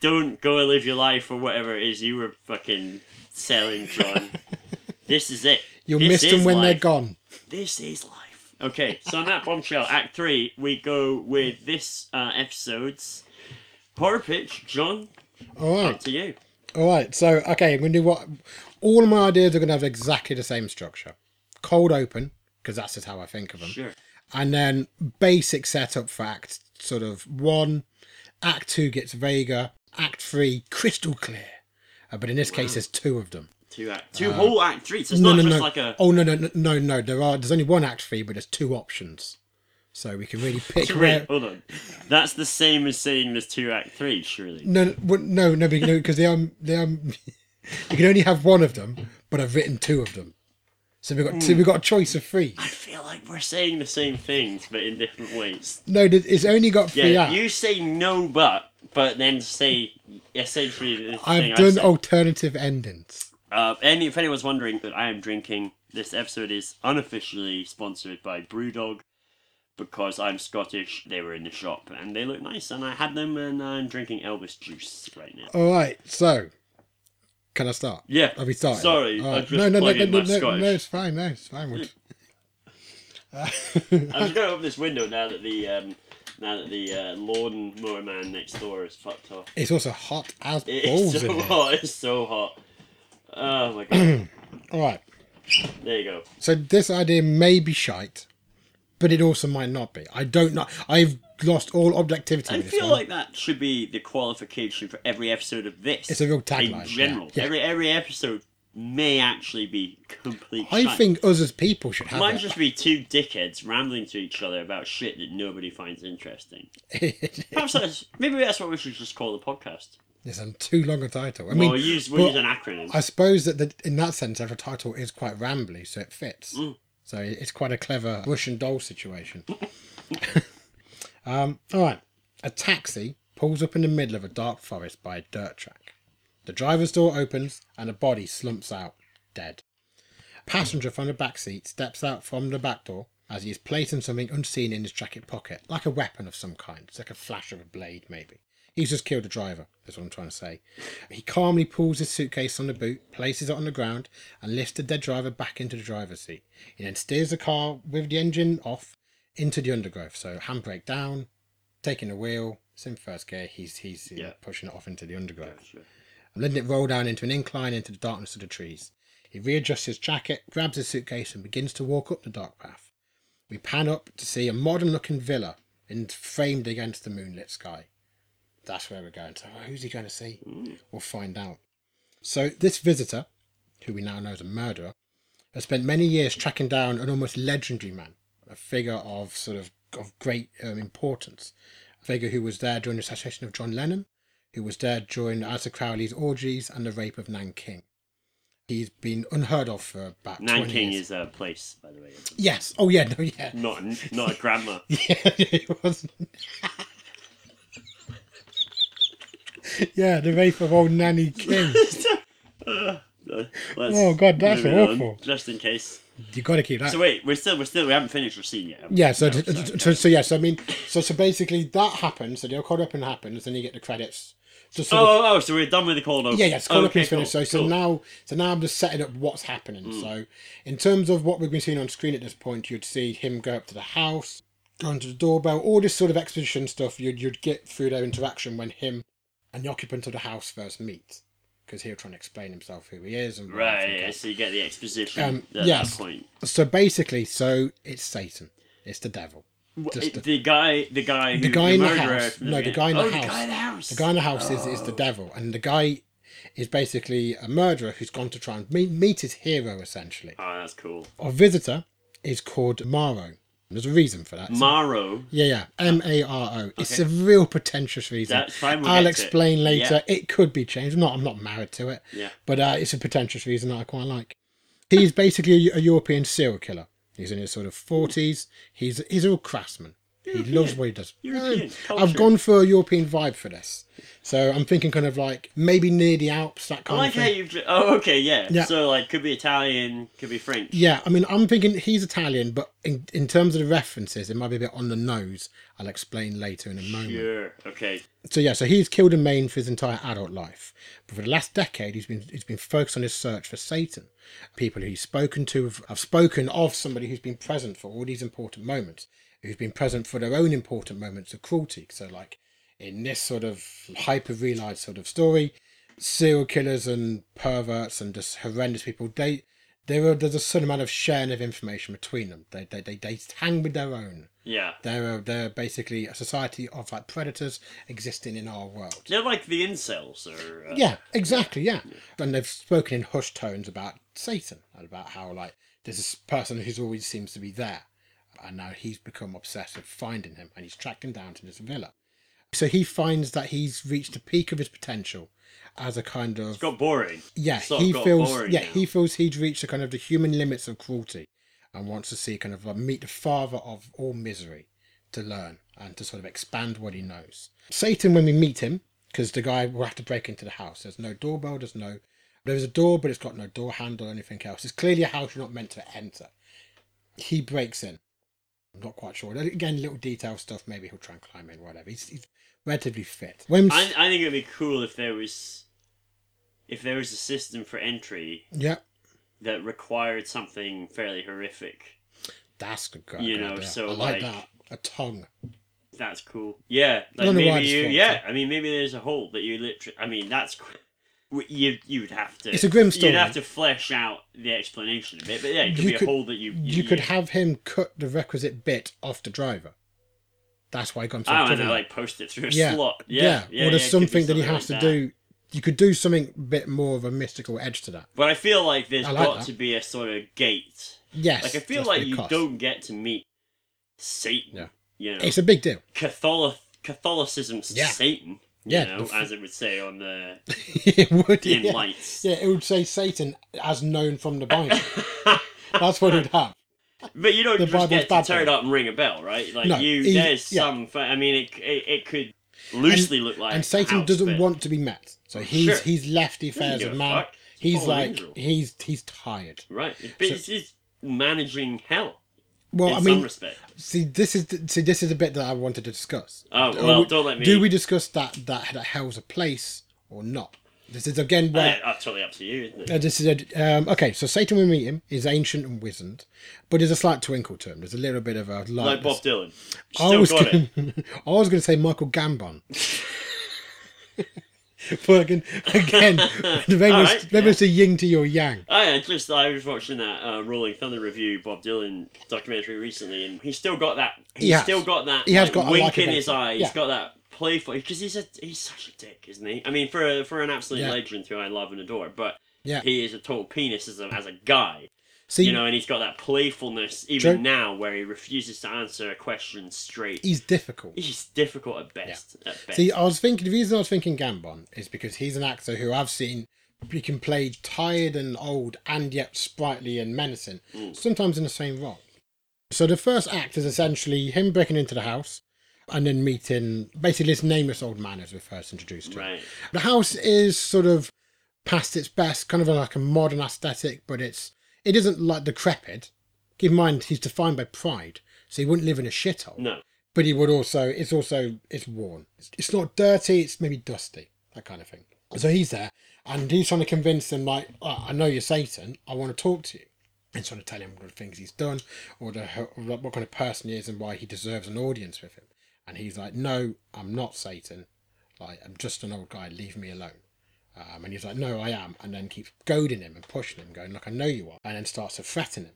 S1: don't go and live your life or whatever it is you were fucking selling,
S2: <laughs>
S1: John. this is it.
S2: You'll
S1: This
S2: miss them
S1: is
S2: when they're
S1: life.
S2: gone.
S1: This is life. Okay, so on that bombshell, Act 3, we go with this uh, episode's horror pitch. John,
S2: All
S1: up
S2: right.
S1: to you.
S2: All right. So, okay, I'm going to do what. All of my ideas are going to have exactly the same structure cold open, because that's just how I think of them.
S1: Sure.
S2: and then basic setup for act sort of one act two gets vaguer act three crystal clear Uh, but in this case there's two of them
S1: Two act, uh, two whole act three. So it's
S2: no
S1: not
S2: no
S1: just
S2: no
S1: like a
S2: oh no no no, no no there are there's only one act three but there's two options so we can really pick
S1: wait.
S2: where
S1: Hold on, that's the same as saying there's two act three, surely.
S2: no no no no because they are they are <laughs> you can only have one of them but i've written two of them so we've
S1: Hmm.
S2: got two we've got a choice of three
S1: I feel like we're saying the same things but in different ways.
S2: no there- it's only got
S1: Yeah,
S2: three acts.
S1: you say no but, but then say essentially the thing
S2: i've
S1: I
S2: done
S1: said.
S2: alternative endings
S1: Uh, and if anyone's wondering that I am drinking, this episode is unofficially sponsored by BrewDog because I'm Scottish. They were in the shop and they look nice, and I had them, and I'm drinking Elvis juice right now.
S2: All right, so Can I start?
S1: Yeah.
S2: Oh, Have we started?
S1: Sorry,
S2: Oh,
S1: I just
S2: no, no, no,
S1: plugged
S2: no,
S1: in
S2: no,
S1: my
S2: no,
S1: Scottish.
S2: no, it's fine. No, it's fine.
S1: <laughs>
S2: Wood.
S1: I'm just gonna open this window now that the um, now that the uh, lawn mower man next door is fucked off.
S2: It's also hot as balls
S1: It's
S2: in
S1: so
S2: here.
S1: hot. It's so hot. Oh my
S2: <clears throat>
S1: god.
S2: All right.
S1: there you go.
S2: So this idea may be shite, but it also might not be. I don't know. I've lost all objectivity.
S1: I
S2: with this
S1: feel
S2: one.
S1: like that should be the qualification for every episode of this.
S2: It's a real
S1: In
S2: tagline, yeah.
S1: general,
S2: Yeah.
S1: every every episode may actually be complete.
S2: I
S1: shite.
S2: think us as people should have
S1: Might
S2: it.
S1: just be two dickheads rambling to each other about shit that nobody finds interesting.
S2: <laughs>
S1: Perhaps that's maybe that's what we should just call the podcast.
S2: it's a too long a title. I
S1: Well,
S2: mean,
S1: we'll use we'll
S2: but
S1: use an acronym.
S2: I suppose that the, in that sense, every title is quite rambly, so it fits. So it's quite a clever bush and doll situation. <laughs> um, all right. A taxi pulls up in the middle of a dark forest by a dirt track. The driver's door opens and a body slumps out, dead. Passenger from the back seat steps out from the back door as he is placing something unseen in his jacket pocket, like a weapon of some kind. It's like a flash of a blade, maybe. He's just killed a driver, is what I'm trying to say. He calmly pulls his suitcase from the boot, places it on the ground, and lifts the dead driver back into the driver's seat. He then steers the car with the engine off into the undergrowth. So handbrake down, taking the wheel. It's in first gear. He's he's uh,
S1: Yeah.
S2: pushing it off into the undergrowth and letting it roll down into an incline into the darkness of the trees. He readjusts his jacket, grabs his suitcase, and begins to walk up the dark path. We pan up to see a modern looking villa in, framed against the moonlit sky. That's where we're going. So, who's he going to see?
S1: Hmm.
S2: We'll find out. So, this visitor, who we now know is a murderer, has spent many years tracking down an almost legendary man, a figure of sort of, of great um, importance, a figure who was there during the assassination of John Lennon, who was there during Arthur Crowley's orgies and the rape of Nanking. He's been unheard of for about 20
S1: Nanking
S2: years.
S1: is a place, by the way.
S2: Yes. Oh yeah. No. Yeah.
S1: Not a- not a grammar.
S2: <laughs> Yeah. It was. yeah, the rape of old Nanny King.
S1: Uh, Let's
S2: Oh, God, that's
S1: move on,
S2: awful.
S1: Just in case.
S2: You got to keep that.
S1: So wait, we're still we're still we haven't finished our scene yet. have we?
S2: yeah. So,
S1: No,
S2: so,
S1: sorry.
S2: so, so yeah. So I mean, so so basically that happens. So they're caught up and happens, and you get the credits. So sort of-
S1: Oh, oh, oh, so we're done with the cold open.
S2: yeah, yeah. It's caught up
S1: Okay,
S2: and
S1: cool,
S2: finished. So so
S1: cool. Mm.
S2: now so now I'm just setting up what's happening. So in terms of what we've been seeing on screen at this point, you'd see him go up to the house, go into the doorbell, all this sort of exposition stuff. You'd you'd get through their interaction when him and the occupant of the house first meet, because he'll try and explain himself who he is and what
S1: Right,
S2: everything
S1: yeah,
S2: else.
S1: so you get the exposition
S2: Um,
S1: at
S2: yes.
S1: that point.
S2: So basically, so it's Satan, it's the devil.
S1: Wh-
S2: Just
S1: it-
S2: the-
S1: the guy, the guy, who,
S2: the guy in the
S1: murderer
S2: house.
S1: from
S2: No, the guy in the
S1: oh,
S2: house.
S1: the guy in the house.
S2: The guy in the house is, is
S1: Oh.
S2: the devil, and the guy is basically a murderer who's gone to try and meet, meet his hero essentially.
S1: Oh, that's cool.
S2: Our visitor is called Maro. There's a reason for that.
S1: Maro.
S2: yeah, yeah, M A R O. It's a real pretentious reason.
S1: That's fine. We'll
S2: I'll
S1: get to it.
S2: explain later. It could be changed. I'm not, I'm not married to it,
S1: Yeah.
S2: but uh, it's a pretentious reason that I quite like. He's basically a, a European serial killer. He's in his sort of forties. He's he's a real craftsman. He loves what he does.
S1: European
S2: I've
S1: culture.
S2: gone for a European vibe for this, so I'm thinking kind of like maybe near the Alps, that
S1: I
S2: kind
S1: like
S2: of thing.
S1: how you've. Oh, okay, yeah.
S2: Yeah.
S1: So like, could be Italian, could be French.
S2: Yeah, I mean, I'm thinking he's Italian, but in, in terms of the references, it might be a bit on the nose. I'll explain later in a moment.
S1: Sure. Okay.
S2: So yeah, so he's killed and maimed for his entire adult life, but for the last decade, he's been he's been focused on his search for Satan. People he's spoken to have, have spoken of somebody who's been present for all these important moments, who's been present for their own important moments of cruelty. So like in this sort of hyper realized sort of story, serial killers and perverts and just horrendous people they there are there's a certain amount of sharing of information between them. They they they, they hang with their own.
S1: Yeah.
S2: They're a, they're basically a society of like predators existing in our world.
S1: They're like the incels, or uh,
S2: Yeah, exactly. Yeah, and they've spoken in hushed tones about Satan and about how like there's this person who's always seems to be there, and now he's become obsessed with finding him, and he's tracked him down to this villa. So he finds that he's reached the peak of his potential as a kind of
S1: It's got boring.
S2: yeah,
S1: It's sort
S2: he
S1: of got
S2: feels
S1: boring
S2: yeah
S1: now.
S2: he feels he'd reached the kind of the human limits of cruelty, and wants to see kind of like meet the father of all misery, to learn and to sort of expand what he knows. Satan, when we meet him, because the guy will have to break into the house. There's no doorbell. There's no there's a door, but it's got no door handle or anything else. It's clearly a house you're not meant to enter. He breaks in. I'm not quite sure. Again, little detail stuff. Maybe he'll try and climb in, whatever. He's, he's relatively fit. When
S1: I, I think it'd be cool if there was if there was a system for entry
S2: Yeah,
S1: that required something fairly horrific,
S2: that's good. good
S1: You know,
S2: idea.
S1: so,
S2: I like,
S1: like-
S2: that. A tongue.
S1: that's cool. Yeah, like
S2: Don't know why I
S1: maybe
S2: just
S1: you.
S2: thought
S1: Yeah, I mean maybe there's a hole that you literally. I mean that's cr- w- you. You'd have to.
S2: It's a grim story.
S1: You'd have to flesh out the explanation a bit, but yeah, it could
S2: You
S1: be
S2: could-
S1: a hole that you.
S2: You could have him cut the requisite bit off the driver. That's why he got
S1: I
S2: himself
S1: don't
S2: driven
S1: know,
S2: up.
S1: like post it through a slot. Yeah, yeah.
S2: or there's
S1: yeah, it could be
S2: something that he has
S1: like
S2: to do. You could do something a bit more of a mystical edge to that.
S1: But I feel like there's
S2: I like
S1: got
S2: that.
S1: to be a sort of gate.
S2: Yes.
S1: Like I feel
S2: that's
S1: like
S2: the
S1: you
S2: cost.
S1: don't get to meet Satan.
S2: Yeah.
S1: You know,
S2: It's a big deal. <laughs>
S1: Catholic Catholicism's
S2: Yeah.
S1: Satan. You
S2: Yeah,
S1: know,
S2: the f-
S1: as it would say on
S2: <laughs>
S1: the
S2: it would.
S1: in
S2: Yeah.
S1: lights.
S2: yeah, it would say Satan as known from
S1: <laughs>
S2: the Bible. That's what it would have.
S1: But you don't
S2: The
S1: just
S2: Bible's
S1: get
S2: bad
S1: to turn
S2: boy.
S1: up and ring a bell, right? Like
S2: No,
S1: you,
S2: he-
S1: there's
S2: yeah.
S1: some. fa- I mean, it it, it could loosely look like.
S2: and Satan
S1: house,
S2: doesn't
S1: but
S2: want to be met. So he's
S1: Sure.
S2: he's left the affairs
S1: give
S2: of
S1: a
S2: man.
S1: fuck. He's
S2: He's
S1: fallen
S2: like
S1: angel.
S2: he's he's tired.
S1: Right, but
S2: So-
S1: it's, it's managing hell
S2: Well,
S1: in
S2: I mean,
S1: some respect.
S2: see, this is the, see, this is the bit that I wanted to discuss.
S1: Oh,
S2: Are
S1: well,
S2: uh, we-
S1: don't let me-
S2: Do we discuss that that that hell's a place or not? This is again where
S1: Uh, <laughs> that's totally up to you, isn't it?
S2: Uh, this is a, um, okay. So Satan we meet him is ancient and wizened, but there's a slight twinkle to him. There's a little bit of a
S1: like Bob
S2: lightness.
S1: Dylan.
S2: I
S1: Still
S2: was
S1: got it.
S2: gonna, <laughs> I was going to say Michael Gambon. <laughs> but again,
S1: <laughs>
S2: again <laughs> maybe,
S1: All
S2: it's,
S1: right,
S2: maybe
S1: yeah.
S2: it's a yin to your yang.
S1: I I just I was watching that uh, Rolling Thunder review Bob Dylan documentary recently, and he's still got that. He's
S2: has.
S1: still got that.
S2: He has
S1: like,
S2: got a
S1: wink
S2: like
S1: in
S2: about
S1: his
S2: him.
S1: eye.
S2: Yeah.
S1: He's got that playful because he's a he's such a dick, isn't he? I mean, for a, for an absolute
S2: Yeah.
S1: legend who I love and adore, but
S2: Yeah.
S1: he is a total penis as a, as a guy,
S2: See,
S1: you know, and he's got that playfulness even
S2: Joe-
S1: now where he refuses to answer a question straight.
S2: he's difficult.
S1: He's difficult at best. At best.
S2: See, I was thinking the reason I was thinking Gambon is because he's an actor who I've seen. He can play tired and old, and yet sprightly and menacing, sometimes in the same role. So the first act is essentially him breaking into the house, and then meeting basically this nameless old man as we're first introduced to.
S1: right.
S2: The house is sort of past its best, kind of like a modern aesthetic, but it's it isn't like decrepit. Keep in mind he's defined by pride, so he wouldn't live in a shithole
S1: No.
S2: but he would also it's also it's worn It's- it's not dirty it's maybe dusty that kind of thing so he's there and he's trying to convince them like "Oh, i know you're satan i want to talk to you and trying to tell him all the things he's done or the or what kind of person he is and why he deserves an audience with him and he's like no i'm not satan like i'm just an old guy leave me alone um, and he's like no i am and then keeps goading him and pushing him going look i know you are and then starts to threaten him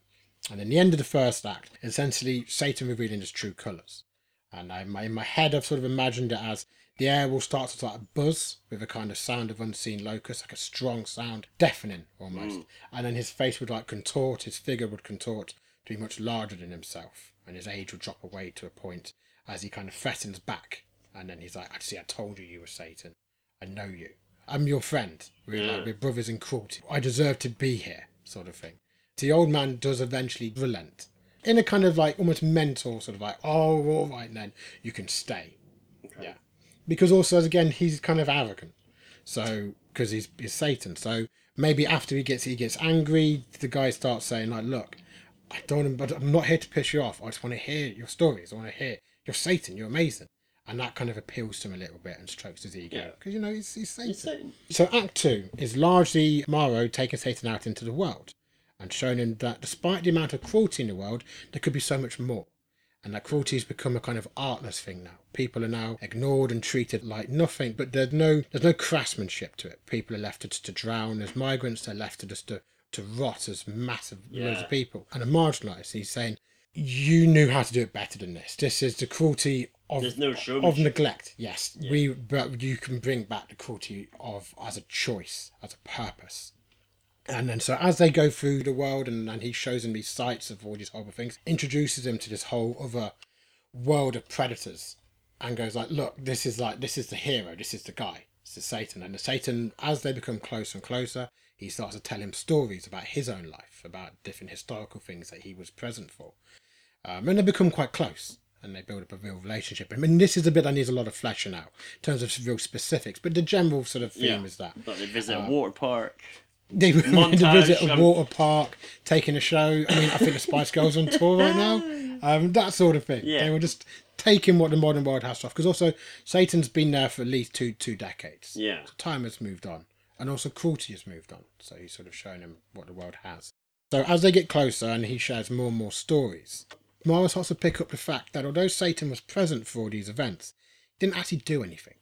S2: and then the end of the first act essentially satan revealing his true colors and I, my, in my head, I've sort of imagined it as the air will start to like buzz with a kind of sound of unseen locusts, like a strong sound, deafening almost. And then his face would like contort, his figure would contort to be much larger than himself, and his age would drop away to a point as he kind of threatens back. And then he's like, "I see, I told you you were Satan. I know you. I'm your friend. We're like
S1: Yeah.
S2: we're brothers in cruelty. I deserve to be here," sort of thing. The old man does eventually relent in a kind of like almost mental sort of like, oh, all right then, you can stay. Yeah. Because also, as again, he's kind of arrogant. So, because he's, he's Satan. So maybe after he gets he gets angry, the guy starts saying like, look, I don't, but I'm not here to piss you off. I just want to hear your stories. I want to hear you're Satan. You're amazing. And that kind of appeals to him a little bit and strokes his ego
S1: Yeah.
S2: because you know he's, he's Satan.
S1: It's Satan.
S2: So Act Two is largely Morrow taking Satan out into the world and showing him that despite the amount of cruelty in the world, there could be so much more. And that cruelty has become a kind of artless thing now. People are now ignored and treated like nothing, but there's no there's no craftsmanship to it. People are left to, to drown as migrants, they're left to just to, to rot as massive loads
S1: Yeah.
S2: of people and are marginalised. He's saying, You knew how to do it better than this. This is the cruelty of
S1: There's no
S2: of
S1: showmanship.
S2: neglect yes we but you can bring back the cruelty of as a choice as a purpose and then so as they go through the world and, and he shows him these sights of all these horrible things introduces him to this whole other world of predators and goes like look this is like this is the hero this is the guy this is satan and the satan as they become closer and closer he starts to tell him stories about his own life about different historical things that he was present for um, and they become quite close and they build up a real relationship. I mean, this is the bit that needs a lot of fleshing out in terms of real specifics, but the general sort of theme
S1: Yeah.
S2: is that
S1: But they visit
S2: Uh,
S1: a water park.
S2: they were going to
S1: Montage,
S2: visit a
S1: um,
S2: water park, taking a show. I mean, I think the Spice Girls are on tour right now. Um, that sort of thing.
S1: Yeah.
S2: They were just taking what the modern world has to offer. Because also, Satan's been there for at least two two decades.
S1: Yeah.
S2: Time has moved on. and also cruelty has moved on. So he's sort of shown him what the world has. So as they get closer and he shares more and more stories, Mara starts to pick up the fact that although Satan was present for all these events, he didn't actually do anything.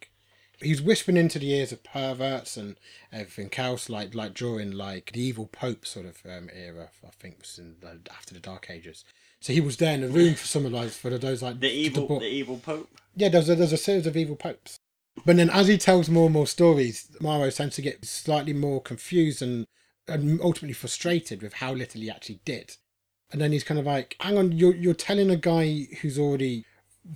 S2: He's whispering into the ears of perverts and everything else, like like during like the evil pope sort of um, era. I think was in the, after the Dark Ages. So he was there in the room for some of those for those like
S1: The evil,
S2: bo-
S1: the evil pope.
S2: yeah, there's a, there's a series of evil popes. But then as he tells more and more stories, Maro tends to get slightly more confused and, and ultimately frustrated with how little he actually did. And then he's kind of like, hang on, you're, you're telling a guy who's already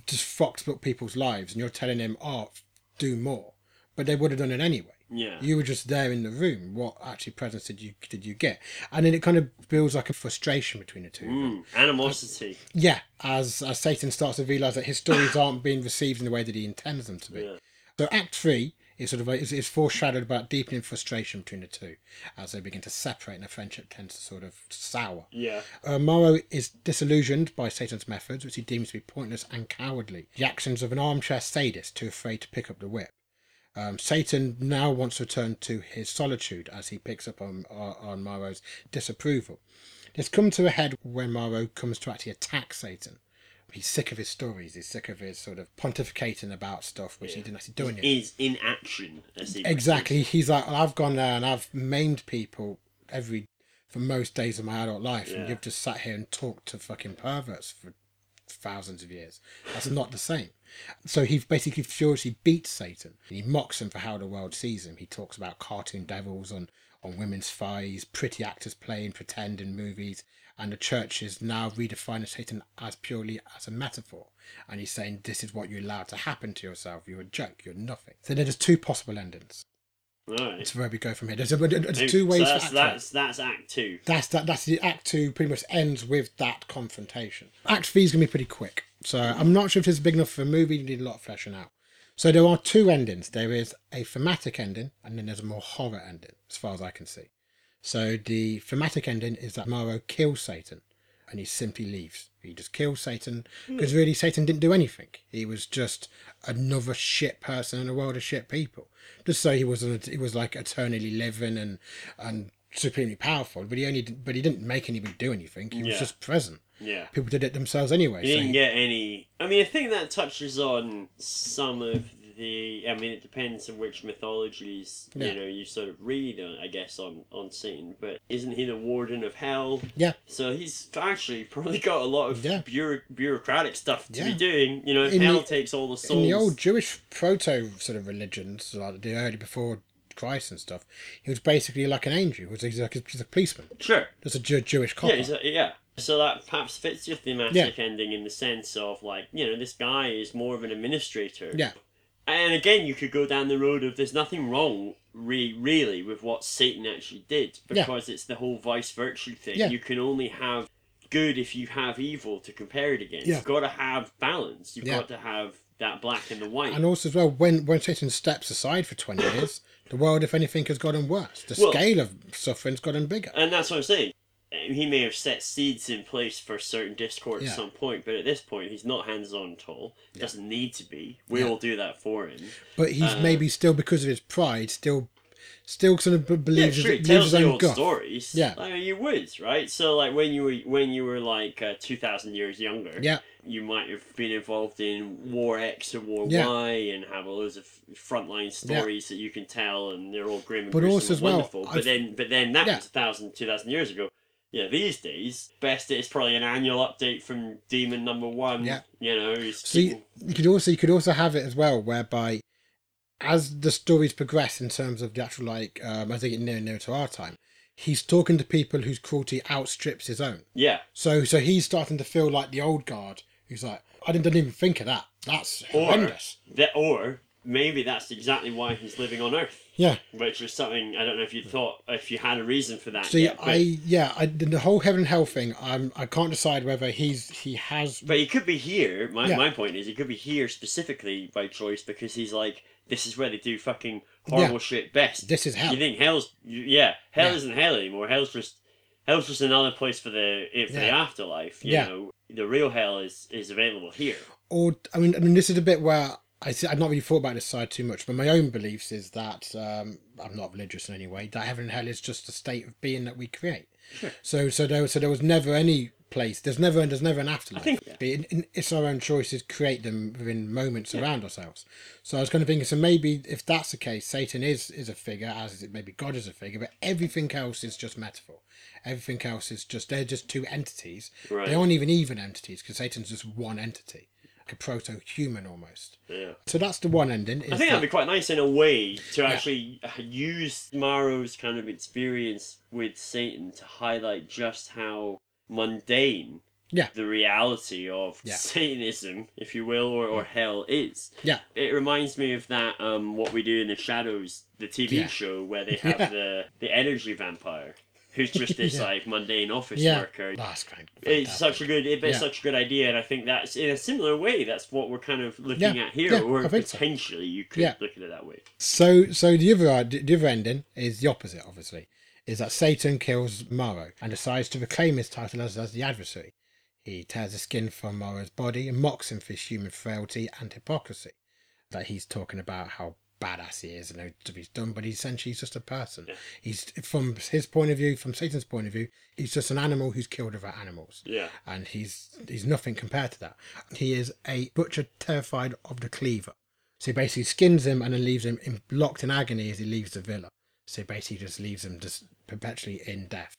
S2: just fucked up people's lives and you're telling him, oh, do more. But they would have done it anyway.
S1: Yeah.
S2: You were just there in the room. What actually presence did you did you get? And then it kind of builds like a frustration between the two. of them.
S1: Mm, animosity.
S2: Yeah, as, as Satan starts to realize that his stories aren't being received in the way that he intends them to be.
S1: Yeah.
S2: So Act Three is sort of like, is, is foreshadowed about deepening frustration between the two as they begin to separate, and their friendship tends to sort of sour.
S1: Yeah.
S2: Uh, Morrow is disillusioned by Satan's methods, which he deems to be pointless and cowardly. The actions of an armchair sadist too afraid to pick up the whip. Um, Satan now wants to return to his solitude as he picks up on on, on Morrow's disapproval. This comes to a head when Morrow comes to actually attack Satan. He's sick of his stories. He's sick of his sort of pontificating about stuff which he didn't actually do anything.
S1: Is in action. As he
S2: Exactly. He's like, well, I've gone there and I've maimed people every for most days of my adult life, and
S1: Yeah.
S2: you've just sat here and talked to fucking perverts for thousands of years. That's not the same. So he basically furiously beats Satan. He mocks him for how the world sees him. He talks about cartoon devils on on women's thighs, pretty actors playing pretend in movies, and the church is now redefining Satan as purely as a metaphor. And he's saying this is what you allowed to happen to yourself. You're a joke. You're nothing. So there's two possible endings.
S1: Right.
S2: It's where we go from here. There's, a, there's
S1: So
S2: two ways.
S1: that's,
S2: for Act One.
S1: that's that's Act Two.
S2: That's that. That's the act two. Pretty much ends with that confrontation. Act three is gonna be pretty quick, so I'm not sure if this is big enough for a movie. You need a lot of fleshing out. So there are two endings. There is a thematic ending, and then there's a more horror ending, as far as I can see. So the thematic ending is that Maro kills Satan, and he simply leaves. He just kills Satan because
S1: Hmm.
S2: really Satan didn't do anything. He was just another shit person in a world of shit people. Just so he was an, he was like eternally living and and supremely powerful, but he only but he didn't make anybody do anything. He was
S1: Yeah.
S2: just present.
S1: Yeah.
S2: People did it themselves anyway.
S1: You
S2: so
S1: didn't
S2: he-
S1: get any. I mean, I think that touches on some of the. I mean, it depends on which mythologies
S2: Yeah.
S1: you know you sort of read. On, I guess on on Satan, but isn't he the warden of hell?
S2: yeah,
S1: So he's actually <laughs> probably got a lot of
S2: Yeah.
S1: bureau- bureaucratic stuff to be
S2: Yeah.
S1: doing. You know, if
S2: In
S1: hell
S2: the-
S1: takes all the
S2: in
S1: souls.
S2: the old Jewish proto sort of religions, like the early before Christ and stuff, he was basically like an angel. He was he's like a, he's a policeman,
S1: sure.
S2: just a Jew, Jewish cop.
S1: Yeah, he's a- yeah. So that perhaps fits your thematic ending in the sense of like you know this guy is more of an administrator.
S2: yeah,
S1: And again, you could go down the road of there's nothing wrong, re- really, with what Satan actually did,
S2: Yeah.
S1: because it's the whole vice virtue thing.
S2: Yeah.
S1: You can only have good if you have evil to compare it against.
S2: Yeah.
S1: You've got to have balance. You've
S2: Yeah.
S1: got to have that black and the white.
S2: and also as well, when when Satan steps aside for
S1: <laughs>
S2: twenty years, the world, if anything, has gotten worse. The
S1: Well-
S2: scale of suffering's gotten bigger.
S1: And that's what I'm saying. Um, He may have set seeds in place for certain discord
S2: Yeah.
S1: at some point, but at this point, he's not hands on at all. Doesn't need to be. We
S2: Yeah.
S1: all do that for him.
S2: But he's
S1: Uh,
S2: maybe still because of his pride, still, still sort of b-
S1: Yeah,
S2: believes
S1: sure.
S2: his,
S1: It
S2: believes
S1: tells
S2: his
S1: the
S2: own
S1: old
S2: gut.
S1: stories.
S2: Yeah.
S1: I mean, you would, right? So, like when you were when you were like uh, two thousand years younger,
S2: Yeah,
S1: you might have been involved in War X or War
S2: Yeah.
S1: Y, and have all those of frontline stories that you can tell, and they're all grim and
S2: But
S1: gruesome
S2: also
S1: and
S2: as well,
S1: wonderful.
S2: I've-
S1: But then, but then that
S2: Yeah.
S1: was a thousand, two thousand years ago. Yeah, these days, best it's probably an annual update from Demon Number One.
S2: Yeah.
S1: you know, he's
S2: So you,
S1: keeping-
S2: you could also you could also have it as well, whereby as the stories progress in terms of the actual like um, as they get nearer and nearer to our time, he's talking to people whose cruelty outstrips his own.
S1: yeah.
S2: So so he's starting to feel like the old guard who's like, I didn't, didn't even think of that. That's
S1: Or-
S2: horrendous.
S1: That or maybe that's exactly why he's living on Earth.
S2: Yeah.
S1: which was something I don't know if you thought if you had a reason for that.
S2: See,
S1: yet, but,
S2: I yeah, I the whole heaven and hell thing. I'm I can't decide whether he's he has
S1: but he could be here. My
S2: Yeah.
S1: my point is he could be here specifically by choice because he's like this is where they do fucking horrible
S2: Yeah.
S1: shit best.
S2: this is hell.
S1: You think hell's you- yeah hell
S2: Yeah.
S1: isn't hell anymore. Hell's just hell's just another place for the eh, for the
S2: Yeah.
S1: afterlife. You
S2: Yeah.
S1: know the real hell is is available here.
S2: or I mean, I mean, this is a bit where I see, I've not really thought about this side too much, but my own beliefs is that um, I'm not religious in any way. That heaven and hell is just a state of being that we create.
S1: Sure.
S2: So, so there, so there was never any place. There's never, there's never an afterlife.
S1: I think- yeah.
S2: But it- it- it's our own choices create them within moments around ourselves. So I was kind of thinking, so maybe if that's the case, Satan is is a figure, as is it maybe God is a figure, but everything else is just metaphor. Everything else is just they're just two entities.
S1: Right.
S2: They aren't even even entities because Satan's just one entity, like a proto-human almost.
S1: Yeah.
S2: So that's the one ending. Is
S1: I think
S2: that-
S1: that'd be quite nice in a way to actually uh, use Maro's kind of experience with Satan to highlight just how mundane
S2: Yeah.
S1: the reality of
S2: Yeah.
S1: Satanism, if you will, or, or hell is.
S2: Yeah.
S1: It reminds me of that um, what we do in the shadows, the TV
S2: Yeah.
S1: show where they have
S2: <laughs> Yeah.
S1: the the energy vampire, who's just this
S2: <laughs> Yeah.
S1: like mundane office
S2: yeah.
S1: worker.
S2: That's kind.
S1: It's such a good, it's
S2: Yeah.
S1: such a good idea, and I think that's in a similar way. That's what we're kind of looking
S2: Yeah,
S1: at here,
S2: yeah,
S1: or
S2: I think so.
S1: potentially you could
S2: Yeah.
S1: look at it that way.
S2: So, so the other the other ending is the opposite. Obviously, is that Satan kills Morrow and decides to reclaim his title as, as the adversary. He tears the skin from Morrow's body and mocks him for his human frailty and hypocrisy. That he's talking about how badass he is and how stuff he's done, but he's essentially he's just a person.
S1: Yeah.
S2: He's from his point of view, from Satan's point of view, he's just an animal who's killed other animals.
S1: Yeah.
S2: and he's he's nothing compared to that. He is a butcher terrified of the cleaver. So he basically skins him and then leaves him in, locked in agony as he leaves the villa. So he basically just leaves him just perpetually in death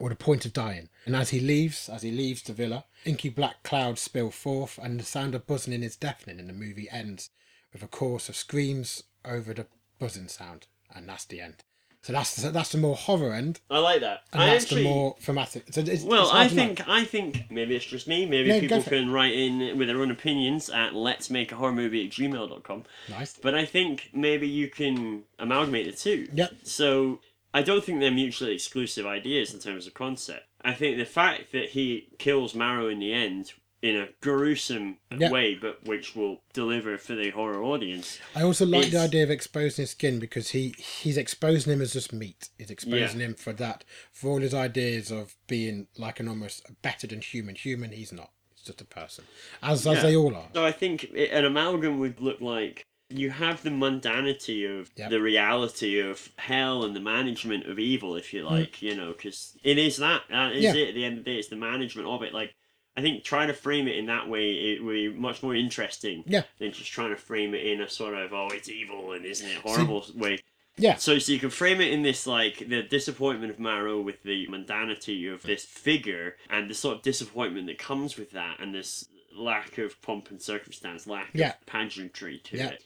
S2: or the point of dying. And as he leaves, as he leaves the villa, inky black clouds spill forth and the sound of buzzing is deafening and the movie ends with a chorus of screams over the buzzing sound. And that's the end. So that's that's the more horror end,
S1: I like that.
S2: and
S1: I
S2: that's
S1: actually,
S2: the more thematic. So it's,
S1: well,
S2: it's
S1: I
S2: hard to know.
S1: think I think maybe it's just me. Maybe
S2: Yeah, go
S1: people
S2: for it.
S1: can write in with their own opinions at let's make a horror movie at gmail.com.
S2: nice.
S1: But I think maybe you can amalgamate the two.
S2: Yep.
S1: So I don't think they're mutually exclusive ideas in terms of concept. I think the fact that he kills Marrow in the end in a gruesome
S2: Yeah.
S1: way, but which will deliver for the horror audience.
S2: I also like the
S1: is-
S2: idea of exposing his skin because he he's exposing him as just meat. He's exposing him for that for all his ideas of being like an almost better than human. Human, he's not. He's just a person, as
S1: Yeah.
S2: as they all are.
S1: So I think it, an amalgam would look like you have the mundanity of
S2: Yep.
S1: the reality of hell and the management of evil, if you like, you know, because it is that. That is
S2: Hmm. Yeah.
S1: it. At the end of the day, it's the management of it. Like, I think trying to frame it in that way it would be much more interesting
S2: Yeah.
S1: than just trying to frame it in a sort of oh it's evil and isn't it horrible way.
S2: Yeah.
S1: So so you can frame it in this like the disappointment of Marrow with the mundanity of this figure and the sort of disappointment that comes with that and this lack of pomp and circumstance, lack
S2: Yeah.
S1: of pageantry to
S2: Yeah.
S1: it.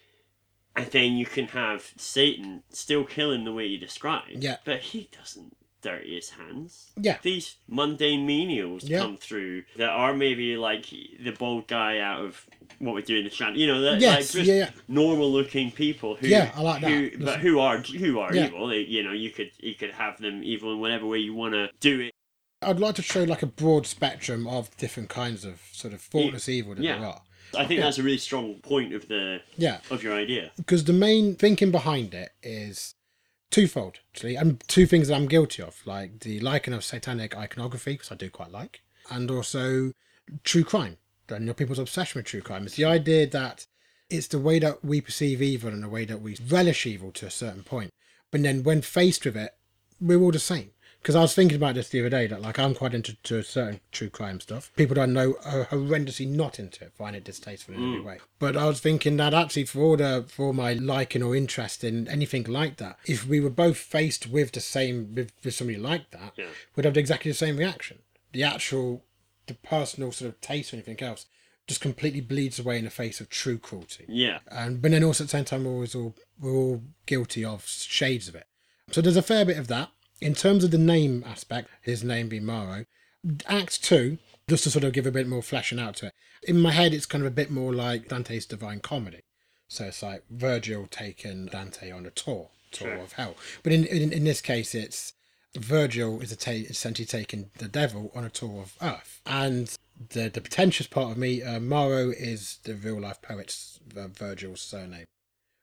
S1: And then you can have Satan still killing the way you described.
S2: Yeah.
S1: But he doesn't dirty his hands
S2: Yeah.
S1: these mundane menials
S2: Yeah.
S1: come through that are maybe like the bald guy out of what we do in the channel. You know, that like
S2: Yes,
S1: just
S2: yeah, yeah.
S1: normal looking people who
S2: Yeah, I like
S1: who,
S2: that.
S1: but who are who are
S2: Yeah.
S1: evil. They- You know, you could you could have them evil in whatever way you want to do it.
S2: I'd like to show like a broad spectrum of different kinds of sort of thoughtless evil that
S1: yeah.
S2: there are.
S1: I think
S2: Yeah.
S1: that's a really strong point of the
S2: Yeah.
S1: of your idea.
S2: because the main thinking behind it is twofold actually and two things that i'm guilty of like the liking of satanic iconography which i do quite like and also true crime and your people's obsession with true crime it's the idea that it's the way that we perceive evil and the way that we relish evil to a certain point but then when faced with it we're all the same because i was thinking about this the other day that like i'm quite into to certain true crime stuff people that i know are horrendously not into it find it distasteful in every way but i was thinking that actually for all the for all my liking or interest in anything like that if we were both faced with the same with, with somebody like that
S1: Yeah.
S2: we'd have exactly the same reaction the actual the personal sort of taste or anything else just completely bleeds away in the face of true cruelty
S1: Yeah.
S2: and but then also at the same time we're always all we're all guilty of shades of it so there's a fair bit of that in terms of the name aspect his name being Morrow. act two just to sort of give a bit more fleshing out to it in my head it's kind of a bit more like dante's divine comedy so it's like virgil taking dante on a tour tour
S1: Sure.
S2: of hell but in, in in this case it's virgil is a ta- essentially taking the devil on a tour of earth and the, the pretentious part of me, uh, Morrow is the real life poet's uh, Virgil's surname,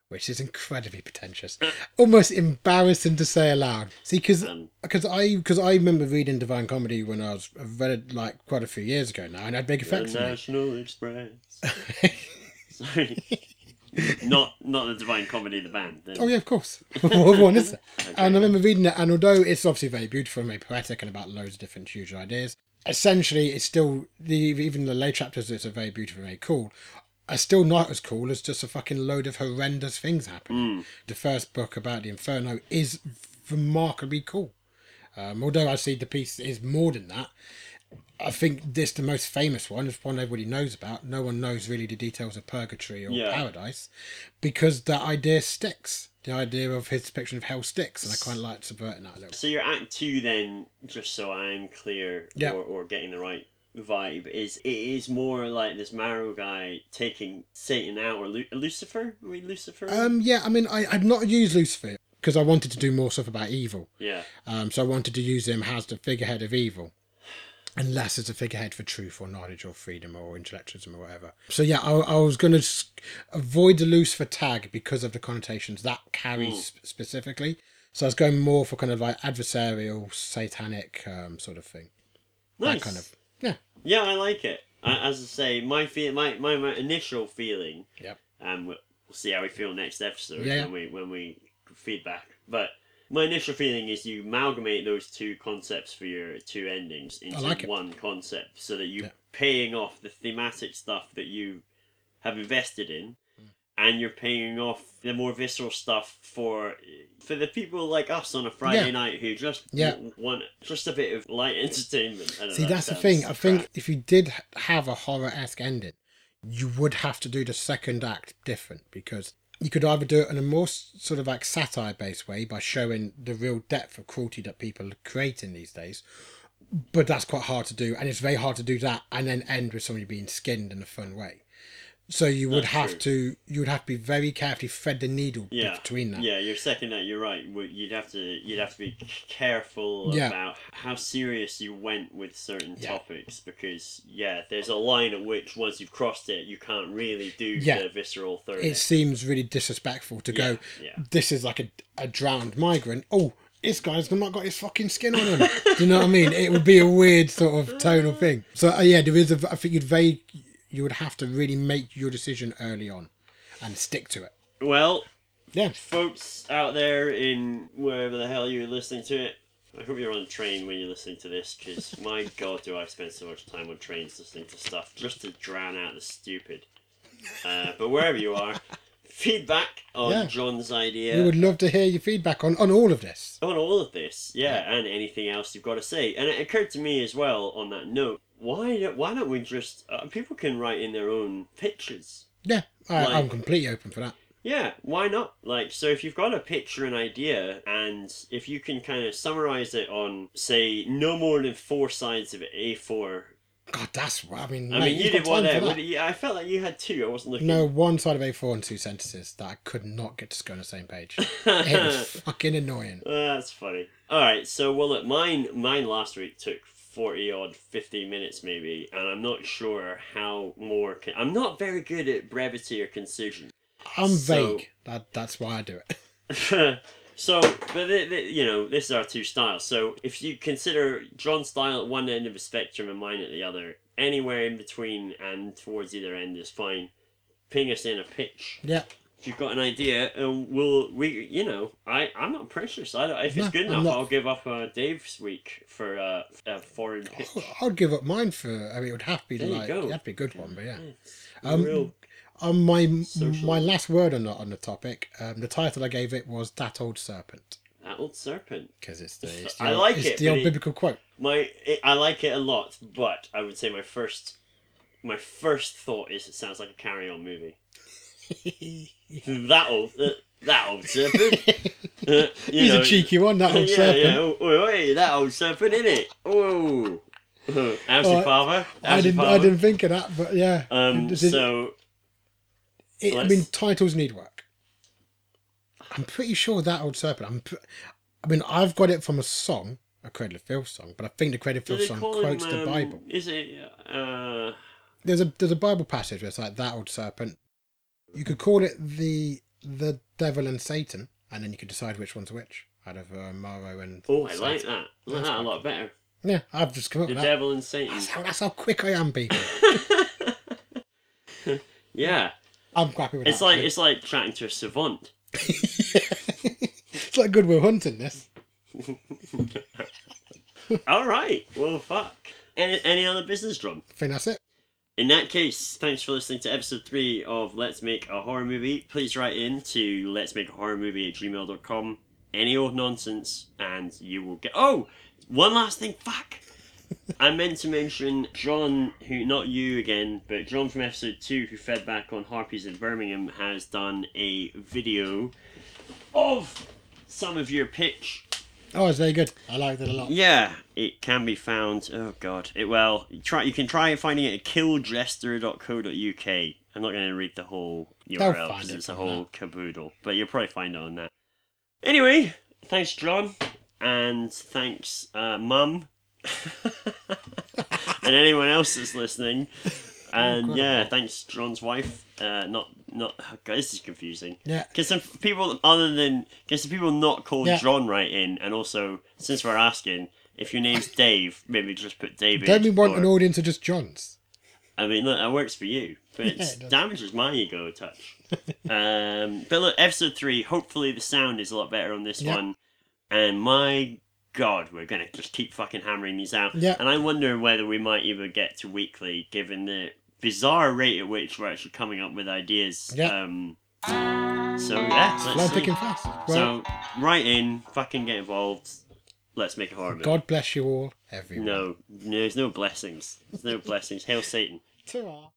S2: which is incredibly pretentious,
S1: Uh.
S2: almost embarrassing to say aloud. See, because
S1: Um,
S2: because I because I remember reading Divine Comedy when I was I've read it like quite a
S1: Uh,
S2: few years ago now, and it had big
S1: the
S2: <laughs> effects on me.
S1: National Express. Sorry. not not the Divine Comedy, the band. then.
S2: Oh yeah, of course. <laughs> what one is there?
S1: Okay.
S2: And I remember reading it, and although it's obviously very beautiful and very poetic and about loads of different huge ideas, essentially it's still the even the late chapters. It's a very beautiful, and very cool. Are still not as cool as just a fucking load of horrendous things happening. The first book about the inferno is remarkably cool. Um, although I see the piece is more than that. I think this the most famous one is one everybody knows about. No one knows really the details of purgatory or
S1: Yeah.
S2: paradise, because that idea sticks. The idea of his depiction of hell sticks, and I quite like subverting that a little.
S1: So your act two then, just so I'm clear
S2: Yeah.
S1: or, or getting the right vibe, is it is more like this Marrow guy taking Satan out or Lu- Lucifer? Are we Lucifer?
S2: Um, yeah, I mean, I, I'd not used Lucifer because I wanted to do more stuff about evil.
S1: yeah.
S2: Um, so I wanted to use him as the figurehead of evil, unless it's a figurehead for truth or knowledge or freedom or intellectualism or whatever. So yeah, I, I was going to avoid the Lucifer tag because of the connotations that carries sp- specifically. So I was going more for kind of like adversarial, satanic um, sort of thing.
S1: Nice.
S2: That kind of yeah,
S1: Yeah, I like it. I, as I say, my, feel, my my my initial feeling,
S2: yeah.
S1: and we'll we'll see how we feel next episode
S2: Yeah.
S1: when we when we feedback. But my initial feeling is you amalgamate those two concepts for your two endings into
S2: like it.
S1: one concept, so that you're
S2: Yeah.
S1: paying off the thematic stuff that you have invested in,
S2: Mm.
S1: and you're paying off the more visceral stuff for for the people like us on a Friday
S2: Yeah.
S1: night who just
S2: Yeah.
S1: w- want just a bit of light <laughs> entertainment. I don't
S2: See,
S1: know,
S2: that's the
S1: sounds
S2: thing. I think
S1: crap.
S2: if you did h- have a horror esque ending, you would have to do the second act different because you could either do it in a more s- sort of like satire based way by showing the real depth of cruelty that people are creating these days. But that's quite hard to do, and it's very hard to do that and then end with somebody being skinned in a fun way. So you would
S1: That's
S2: have
S1: true.
S2: to you would have to be very carefully thread the needle be-
S1: yeah.
S2: between that.
S1: Yeah, you're second that. You're right. Well, You'd have to you'd have to be careful
S2: Yeah.
S1: about how serious you went with certain
S2: Yeah.
S1: topics because yeah, there's a line at which once you've crossed it, you can't really do
S2: Yeah.
S1: the visceral third.
S2: It seems really disrespectful to go.
S1: yeah.
S2: This is like a, a drowned migrant. Oh, this guy's not got his fucking skin on him. Do you know what I mean? It would be a weird sort of tonal thing. So uh, yeah, there is a. I think you'd vague. You would have to really make your decision early on, and stick to it.
S1: Well,
S2: Yeah.
S1: folks out there in wherever the hell you're listening to it, I hope you're on a train when you're listening to this because
S2: <laughs>
S1: my god, do I spend so much time on trains listening to stuff just to drown out the stupid. Uh, but wherever you are,
S2: <laughs>
S1: feedback on
S2: Yeah.
S1: John's idea.
S2: We would love to hear your feedback on on all of this.
S1: on all of this, yeah, and anything else you've got to say. And it occurred to me as well on that note, why don't, why don't we just uh, people can write in their own pictures.
S2: Yeah, I,
S1: Like-
S2: I'm completely open for that.
S1: Yeah, why not? Like, so if you've got a picture, an idea, and if you can kind of summarize it on, say, no more than four sides of A4.
S2: God, that's. I mean,
S1: I
S2: mate,
S1: mean, you
S2: you've
S1: did
S2: got
S1: one
S2: time
S1: there.
S2: for
S1: What,
S2: that.
S1: yeah, I felt like you had two. I wasn't looking. <laughs>
S2: No, one side of A4 and two sentences that I could not get to go on the same page. it
S1: <laughs>
S2: was fucking annoying.
S1: Uh, That's funny. All right, so well, look, mine mine last week took forty odd, fifty minutes maybe, and I'm not sure how more. Con- I'm not very good at brevity or concision. <laughs>
S2: I'm
S1: So-
S2: vague. That that's why I do it. <laughs>
S1: so, but th th you know, this is our two styles. So if you consider John's style at one end of the spectrum and mine at the other, anywhere in between and towards either end is fine. Ping us in a pitch.
S2: <laughs> Yeah.
S1: if you've got an idea, and we'll we you know I I'm not precious. I don't, if it's
S2: No,
S1: good
S2: I'm
S1: enough,
S2: not.
S1: I'll give up uh, Dave's week for uh, a
S2: <laughs>
S1: foreign pitch.
S2: I'd give up mine for. I mean, it would have to be
S1: There you
S2: like
S1: go.
S2: it'd have to be a good one, but yeah.
S1: Um,
S2: Um,
S1: real
S2: Um, my
S1: Social.
S2: my last word on the, on the topic. Um, the title I gave it was "That Old Serpent"
S1: that old serpent.
S2: because it's the, it's
S1: <laughs>
S2: the
S1: I
S2: old,
S1: like
S2: it's
S1: it,
S2: the
S1: but
S2: old
S1: it-
S2: biblical quote.
S1: My it, I like it a lot, but I would say my first my first thought is it sounds like a Carry On movie. that old uh, that old
S2: <laughs>
S1: serpent. Uh, you
S2: He's
S1: know,
S2: a cheeky one. That old
S1: <laughs> yeah,
S2: serpent.
S1: yeah. Oh, oh, hey, that old serpent in it. Oh, how's your
S2: Oh,
S1: father? How's
S2: I
S1: your
S2: didn't. I
S1: father?
S2: didn't think of that, but yeah.
S1: Um,
S2: It- it-
S1: so
S2: it- I
S1: let's-
S2: mean, titles need work. I'm pretty sure that old serpent. I'm. Pr- I mean, I've got it from a song, a Cradle of Filth song, but I think the Cradle of
S1: do
S2: Filth
S1: they
S2: song
S1: call
S2: quotes
S1: him,
S2: the
S1: um,
S2: Bible.
S1: Is it? Uh,
S2: there's a there's a Bible passage where it's like that old serpent. You could call it the the devil and Satan, and then you could decide which one's which out of uh, Morrow and.
S1: oh, I
S2: Satan.
S1: like that. I like
S2: That's
S1: that a lot better.
S2: Yeah, I've just come up
S1: The
S2: with that.
S1: devil and Satan.
S2: That's how, that's how quick I am, people.
S1: yeah.
S2: I'm happy with
S1: It's
S2: that.
S1: like it's like chatting to a savant.
S2: <laughs> it's like Goodwill Hunting. This.
S1: All right. Well, fuck. Any any other business, John?
S2: I think that's it.
S1: In that case, thanks for listening to episode three of Let's Make a Horror Movie. Please write in to let's make a horror movie at gmail.com. Any old nonsense, and you will get. Oh, one last thing. Fuck. I meant to mention John, who not you again, but John from episode two, who fed back on Harpies in Birmingham, has done a video of some of your pitch
S2: Oh, it's very good. I liked it a lot.
S1: yeah, it can be found. Oh god, it well you try. You can try finding it at killjester.co.uk. I'm not going to read the whole URL
S2: find
S1: because
S2: it
S1: it's a
S2: from
S1: whole caboodle, but you'll probably find it on that. Anyway, thanks John, and thanks uh, Mum, and anyone else that's
S2: <laughs>
S1: listening.
S2: Oh,
S1: And yeah, thanks John's wife. Uh, not not. Oh god, this is confusing.
S2: Yeah.
S1: Get some people other than get some people not called
S2: Yeah.
S1: John right in, and also since we're asking if your name's Dave, maybe just put David.
S2: Don't we want
S1: or-
S2: an audience of just Johns?
S1: I mean, look, that works for you, but it's
S2: it does.
S1: damages my ego a touch. um, but look, episode three. Hopefully, the sound is a lot better on this
S2: Yeah.
S1: one. And my God, we're gonna just keep fucking hammering these out.
S2: Yeah.
S1: And I wonder whether we might even get to weekly, given the bizarre rate at which we're actually coming up with ideas.
S2: Yeah.
S1: Um, so yeah, let's
S2: Slow
S1: see.
S2: picking fast. Well,
S1: So, write in, fucking get involved. Let's make a horror movie.
S2: God bless you all, everyone.
S1: No, no, there's no blessings. There's no blessings. Hail Satan.
S2: Ta-ra.